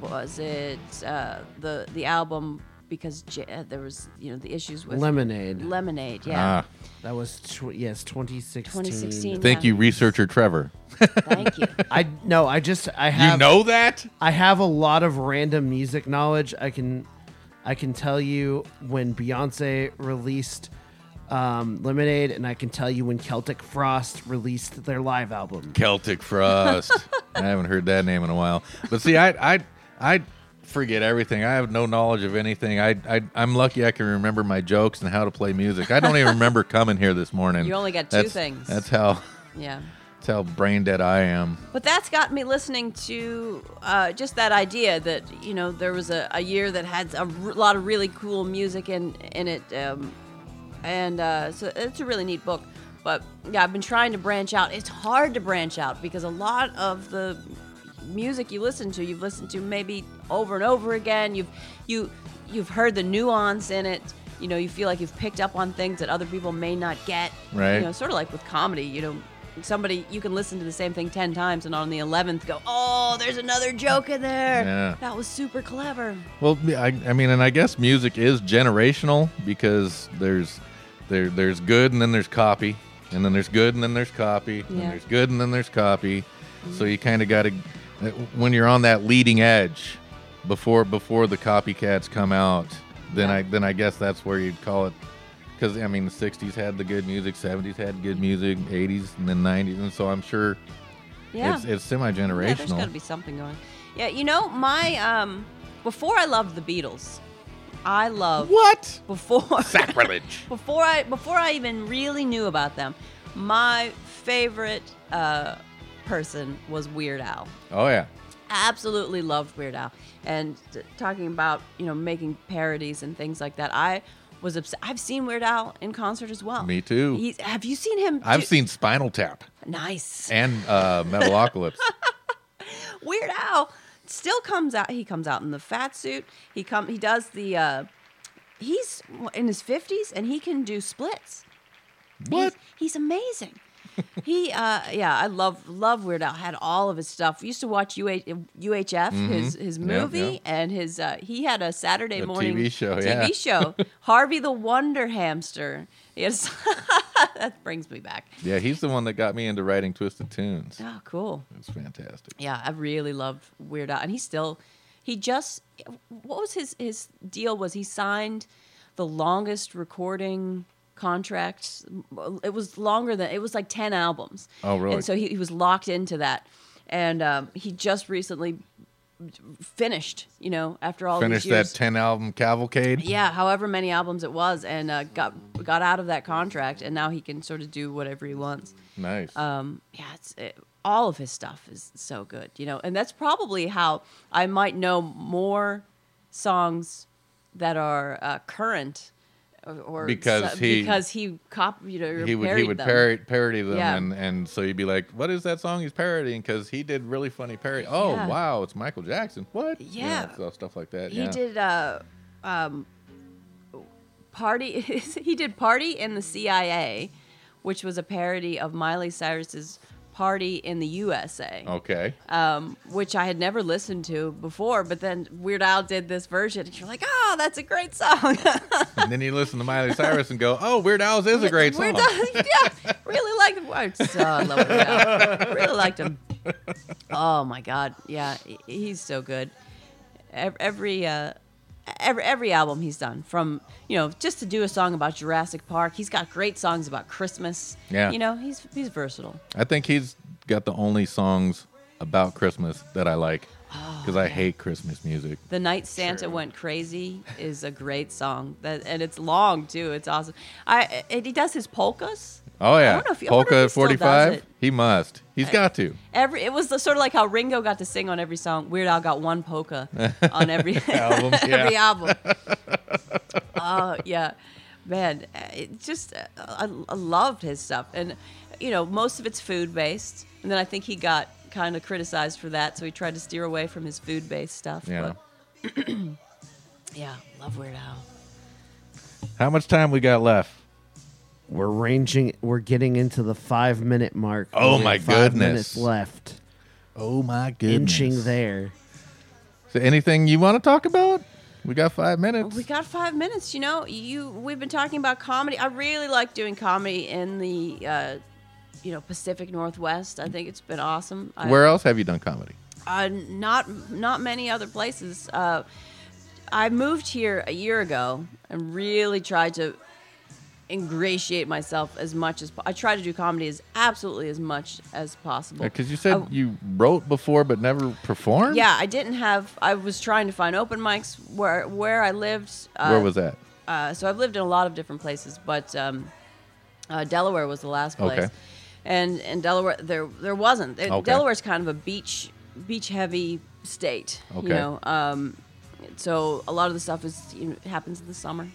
B: was it uh, the the album because J- uh, there was you know the issues with
C: Lemonade.
B: Lemonade, yeah.
A: Ah,
C: That was tw- yes, 2016.
B: 2016.
A: thank
B: Yeah.
A: you, researcher Trevor.
B: Thank you.
C: I no, I just I
A: You
B: Um,
C: have
A: know that?
C: I have a lot of random music knowledge. I can I can tell you when Beyonce released um, Lemonade, and I can tell you when Celtic Frost released their live album.
A: Celtic Frost. I haven't heard that name in a while. But see, I I I forget everything. I have no knowledge of anything. I, I I'm lucky I can remember my jokes and how to play music. I don't even remember coming here this morning.
B: You only got two
A: That's-
B: things.
A: That's how
B: Yeah.
A: that's how brain dead I am.
B: But that's got me listening to uh, just that idea that you know there was a, a year that had a r- lot of really cool music in in it, um, and uh, so it's a really neat book. But yeah, I've been trying to branch out. It's hard to branch out because a lot of the music you listen to, you've listened to maybe over and over again. You've you you've heard the nuance in it. You know, you feel like you've picked up on things that other people may not get.
A: Right.
B: You know, sort of like with comedy, you know, somebody you can listen to the same thing 10 times and on the 11th go, "Oh, there's another joke in there."
A: Yeah.
B: That was super clever.
A: Well, I, I mean, and I guess music is generational because there's there there's good and then there's copy, and then there's good and then there's copy, and
B: Yeah. Mm-hmm.
A: there's good and then there's copy. So you kind of got to when you're on that leading edge before before the copycats come out, then I then I guess that's where you'd call it. Because I mean, the '60s had the good music, '70s had good music, '80s and then '90s, and so I'm sure
B: Yeah.
A: it's, it's
B: yeah, there's
A: semi-generational.
B: got to be something going. Yeah, you know, my um before I loved the Beatles, I loved
A: what
B: before
A: sacrilege?
B: before I before I even really knew about them, my favorite uh, person was Weird Al.
A: oh yeah.
B: Absolutely loved Weird Al. And t- talking about you know making parodies and things like that, I was obs- I've seen Weird Al in concert as well.
A: Me too.
B: He's, have you seen him?
A: I've
B: do-
A: seen Spinal Tap
B: Nice.
A: and uh, Metalocalypse.
B: Weird Al still comes out. He comes out in the fat suit. He come. He does the. Uh, he's in his fifties and he can do splits.
A: what?
B: He's, he's amazing. he, uh, yeah, I love love Weird Al. Had all of his stuff. Used to watch UH, UHF, his his
A: Mm-hmm. Yeah,
B: movie,
A: yeah.
B: and his. Uh, he had a Saturday
A: The
B: morning
A: TV show,
B: TV
A: yeah.
B: show. Harvey the Wonder Hamster. Yes, that brings me back.
A: Yeah, he's the one that got me into writing twisted tunes.
B: Oh, cool.
A: It's fantastic.
B: Yeah, I really loved Weird Al, and he still, he just, what was his his deal? Was he signed the longest recording contract? It was longer than it was like ten albums.
A: Oh, really?
B: And so he, he was locked into that, and um, he just recently finished. You know, after all
A: Finished
B: these years,
A: that ten album cavalcade.
B: yeah, however many albums it was, and uh, got got out of that contract, and now he can sort of do whatever he wants
A: Nice.
B: um, yeah, it's it, all of his stuff is so good, you know, and that's probably how I might know more songs that are uh, current, or, or
A: Because
B: so-
A: he-
B: because he cop you
A: he
B: know
A: would he
B: parodied
A: would
B: them.
A: parody, parody them,
B: Yeah.
A: and, and so you'd be like, "What is that song he's parodying?" Because he did really funny parody. Oh
B: Yeah.
A: wow, it's Michael Jackson. What? You know,
B: Yeah.
A: so stuff like that.
B: He
A: yeah.
B: did uh, um, party. he did party in the CIA, which was a parody of Miley Cyrus's party in the USA.
A: Okay.
B: um, which I had never listened to before. But then Weird Al did this version, and you're like, "Oh, that's a great song."
A: and then you listen to Miley Cyrus and go, "Oh, Weird Al's is a great
B: Weird
A: song."
B: Al, yeah, really liked him. I just, uh, love Weird Al. Really liked him. Oh my God, yeah, he- he's so good. Ev- Every uh, every every album he's done, from you know, just to do a song about Jurassic Park, he's got great songs about Christmas.
A: Yeah.
B: you know, he's he's versatile.
A: I think he's got the only songs about Christmas that I like
B: Oh,
A: because I hate Christmas music.
B: The Night Santa Went Crazy is a great song. That and it's long too. It's awesome. I and he does his polkas.
A: Oh yeah,
B: don't know if he- I wonder
A: polka
B: if
A: at
B: he still does
A: forty five.
B: it.
A: He must. He's got to.
B: Every it was the, sort of like how Ringo got to sing on every song. Weird Al got one polka on every
A: Album,
B: every
A: yeah.
B: album. Oh yeah, man, it just uh, I, I loved his stuff, and you know most of it's food based. And then I think he got kind of criticized for that, so he tried to steer away from his food based stuff.
A: Yeah.
B: But yeah, love Weird Al.
A: How much time we got left?
C: We're ranging. We're getting into the five minute mark.
A: Oh,
C: Only
A: my
C: five
A: goodness.
C: Minutes left.
A: Oh my goodness!
C: Inching there.
A: So anything you want to talk about? We got five minutes.
B: We got five minutes. You know, you we've been talking about comedy. I really like doing comedy in the, uh, you know, Pacific Northwest. I think it's been awesome. I,
A: Where else have you done comedy?
B: Uh, not not many other places. Uh, I moved here a year ago and really tried to ingratiate myself as much as po- I try to do comedy as absolutely as much as possible.
A: Because Uh, you said
B: I-
A: you wrote before but never performed?
B: yeah, I didn't have. I was trying to find open mics where where I lived. Uh,
A: Where was that?
B: Uh, so I've lived in a lot of different places, but um, uh, Delaware was the last
A: Okay.
B: place. And in Delaware, there there wasn't. It-
A: Okay.
B: Delaware's kind of a beach beach heavy state.
A: Okay.
B: You know, um, so a lot of the stuff is you know, happens in the summer.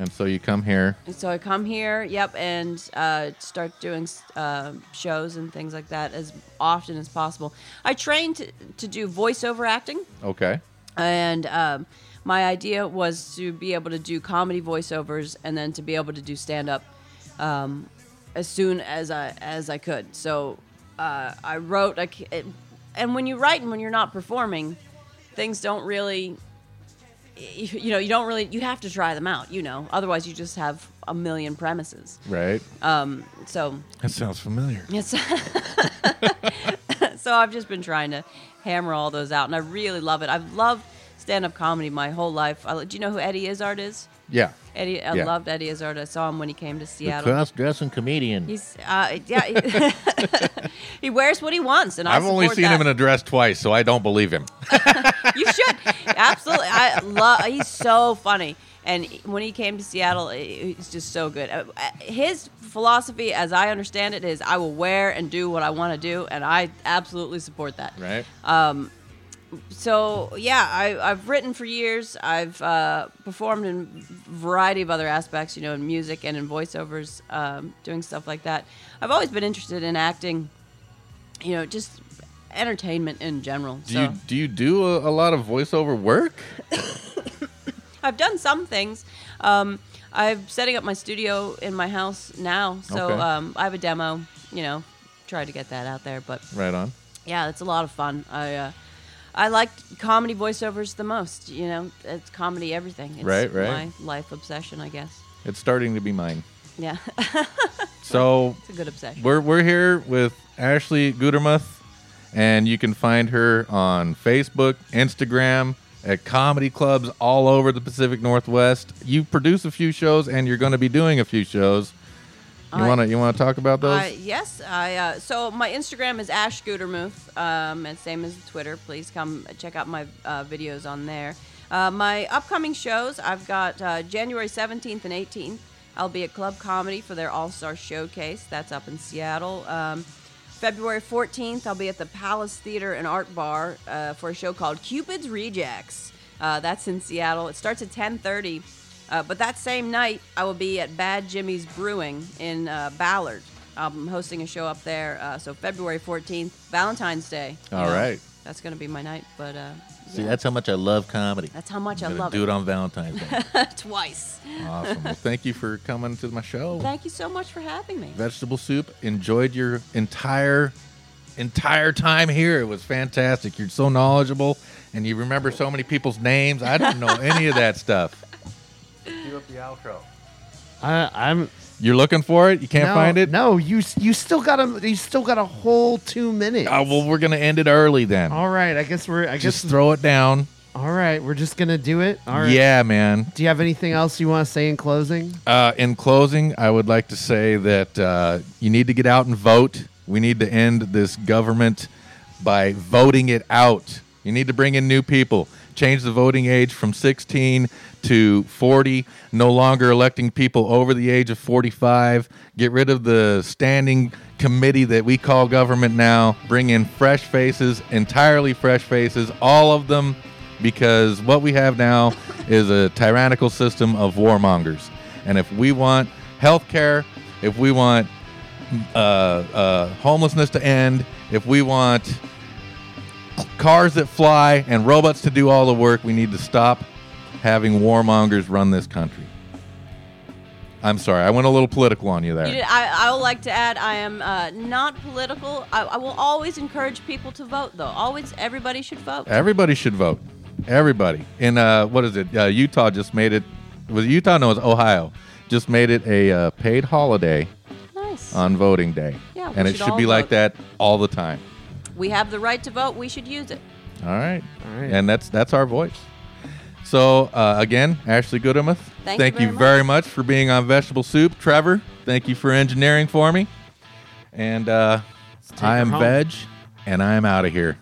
A: And so you come here.
B: And so I come here, yep, and uh, start doing uh, shows and things like that as often as possible. I trained to, to do voiceover acting.
A: Okay.
B: and um, my idea was to be able to do comedy voiceovers and then to be able to do stand up um, as soon as I as I could. So uh, I wrote like, it, and when you write and when you're not performing, things don't really. You you know, you don't really. You have to try them out. You know, otherwise you just have a million premises.
A: Right.
B: Uh, So
A: that sounds familiar.
B: Yes. so I've just been trying to hammer all those out, and I really love it. I've loved stand-up comedy my whole life. I, do you know who Eddie Izzard is?
A: Yeah.
B: Eddie, I
A: Yeah.
B: loved Eddie Izzard. I saw him when he came to Seattle.
F: cross-dressing comedian.
B: He's uh, yeah, he, he wears what he wants, and I
A: I've only
B: support
A: seen
B: that.
A: him in a dress twice, so I don't believe him.
B: You should absolutely. I love. He's so funny, and when he came to Seattle, he- he's just so good. Uh, uh, His philosophy, as I understand it, is I will wear and do what I want to do, and I absolutely support that.
A: Right.
B: Uh, So yeah, I, I've written for years. I've uh, performed in a variety of other aspects, you know, in music and in voiceovers, um, doing stuff like that. I've always been interested in acting, you know, just entertainment in general.
A: do
B: so.
A: you do you do a, a lot of voiceover work?
B: I've done some things. Um, I'm setting up my studio in my house now, so
A: Okay.
B: um, I have a demo. You know, tried to get that out there, but
A: Right on.
B: yeah, it's a lot of fun. I uh, I like comedy voiceovers the most. You know, it's comedy everything. It's
A: Right, right.
B: My life obsession, I guess.
A: It's starting to be mine.
B: Yeah,
A: So
B: it's a good obsession.
A: We're, we're here with Ashley Gudermuth, and you can find her on Facebook, Instagram, at comedy clubs all over the Pacific Northwest. You produce a few shows, and you're going to be doing a few shows. You
B: I-
A: want to you want to talk about those?
B: Uh, yes, I. Uh, so my Instagram is Ash Gutermuth, um, and same as Twitter. Please come check out my uh, videos on there. Uh, my upcoming shows, I've got uh, January 17th and 18th. I'll be at Club Comedy for their All Star Showcase. That's up in Seattle. Um, February 14th, I'll be at the Palace Theater and Art Bar uh, for a show called Cupid's Rejects. Uh, that's in Seattle. It starts at 10:30. Uh, but that same night, I will be at Bad Jimmy's Brewing in uh, Ballard. I'm hosting a show up there. Uh, so February 14th, Valentine's Day.
A: All right.
B: That's going to be my night. But uh,
F: See, that's how much I love comedy.
B: that's how much I
F: I'm gonna
B: love
F: do it
B: it.
F: on Valentine's Day.
B: Twice.
A: Awesome. Well, thank you for coming to my show.
B: Thank you so much for having me.
A: Vegetable soup. Enjoyed your entire entire time here. It was fantastic. You're so knowledgeable, and you remember so many people's names. I don't know any of that stuff.
C: I, I'm
A: You're looking for it. You can't
C: no,
A: find it.
C: No, you s- you still got a you still got a whole two minutes.
A: Oh, well, we're going to end it early then.
C: all right. I guess we're I guess
A: Just throw it down.
C: all right. We're just gonna do it. All right.
A: Yeah, man.
C: Do you have anything else you want to say in closing?
A: Uh, in closing, I would like to say that uh, you need to get out and vote. We need to end this government by voting it out. You need to bring in new people. Change the voting age from 16 to 40. No longer electing people over the age of 45. Get rid of the standing committee that we call government now. Bring in fresh faces, entirely fresh faces, all of them, because what we have now is a tyrannical system of warmongers. And if we want health care, if we want uh, uh, homelessness to end, if we want cars that fly and robots to do all the work, we need to stop having warmongers run this country. I'm sorry, I went a little political on you there.
B: You did- I, I would like to add, I am uh, not political. I, I will always encourage people to vote, though. Always, everybody should vote.
A: Everybody should vote. Everybody. In uh, what is it? Uh, Utah just made it. Was it Utah? No, it's Ohio. Just made it a uh, paid holiday
B: Nice.
A: on voting day.
B: Yeah, we
A: and it
B: should
A: should
B: all
A: be like
B: vote.
A: that all the time.
B: we have the right to vote. We should use it.
A: All right.
C: All right.
A: And that's that's our voice. So uh, again, Ashley Goodemuth,
B: Thank you
A: thank you
B: very
A: very much for being on Vegetable Soup. Trevor, thank you for engineering for me. And uh,
C: take
A: I
C: her
A: am
C: home.
A: Veg, and I am out of here.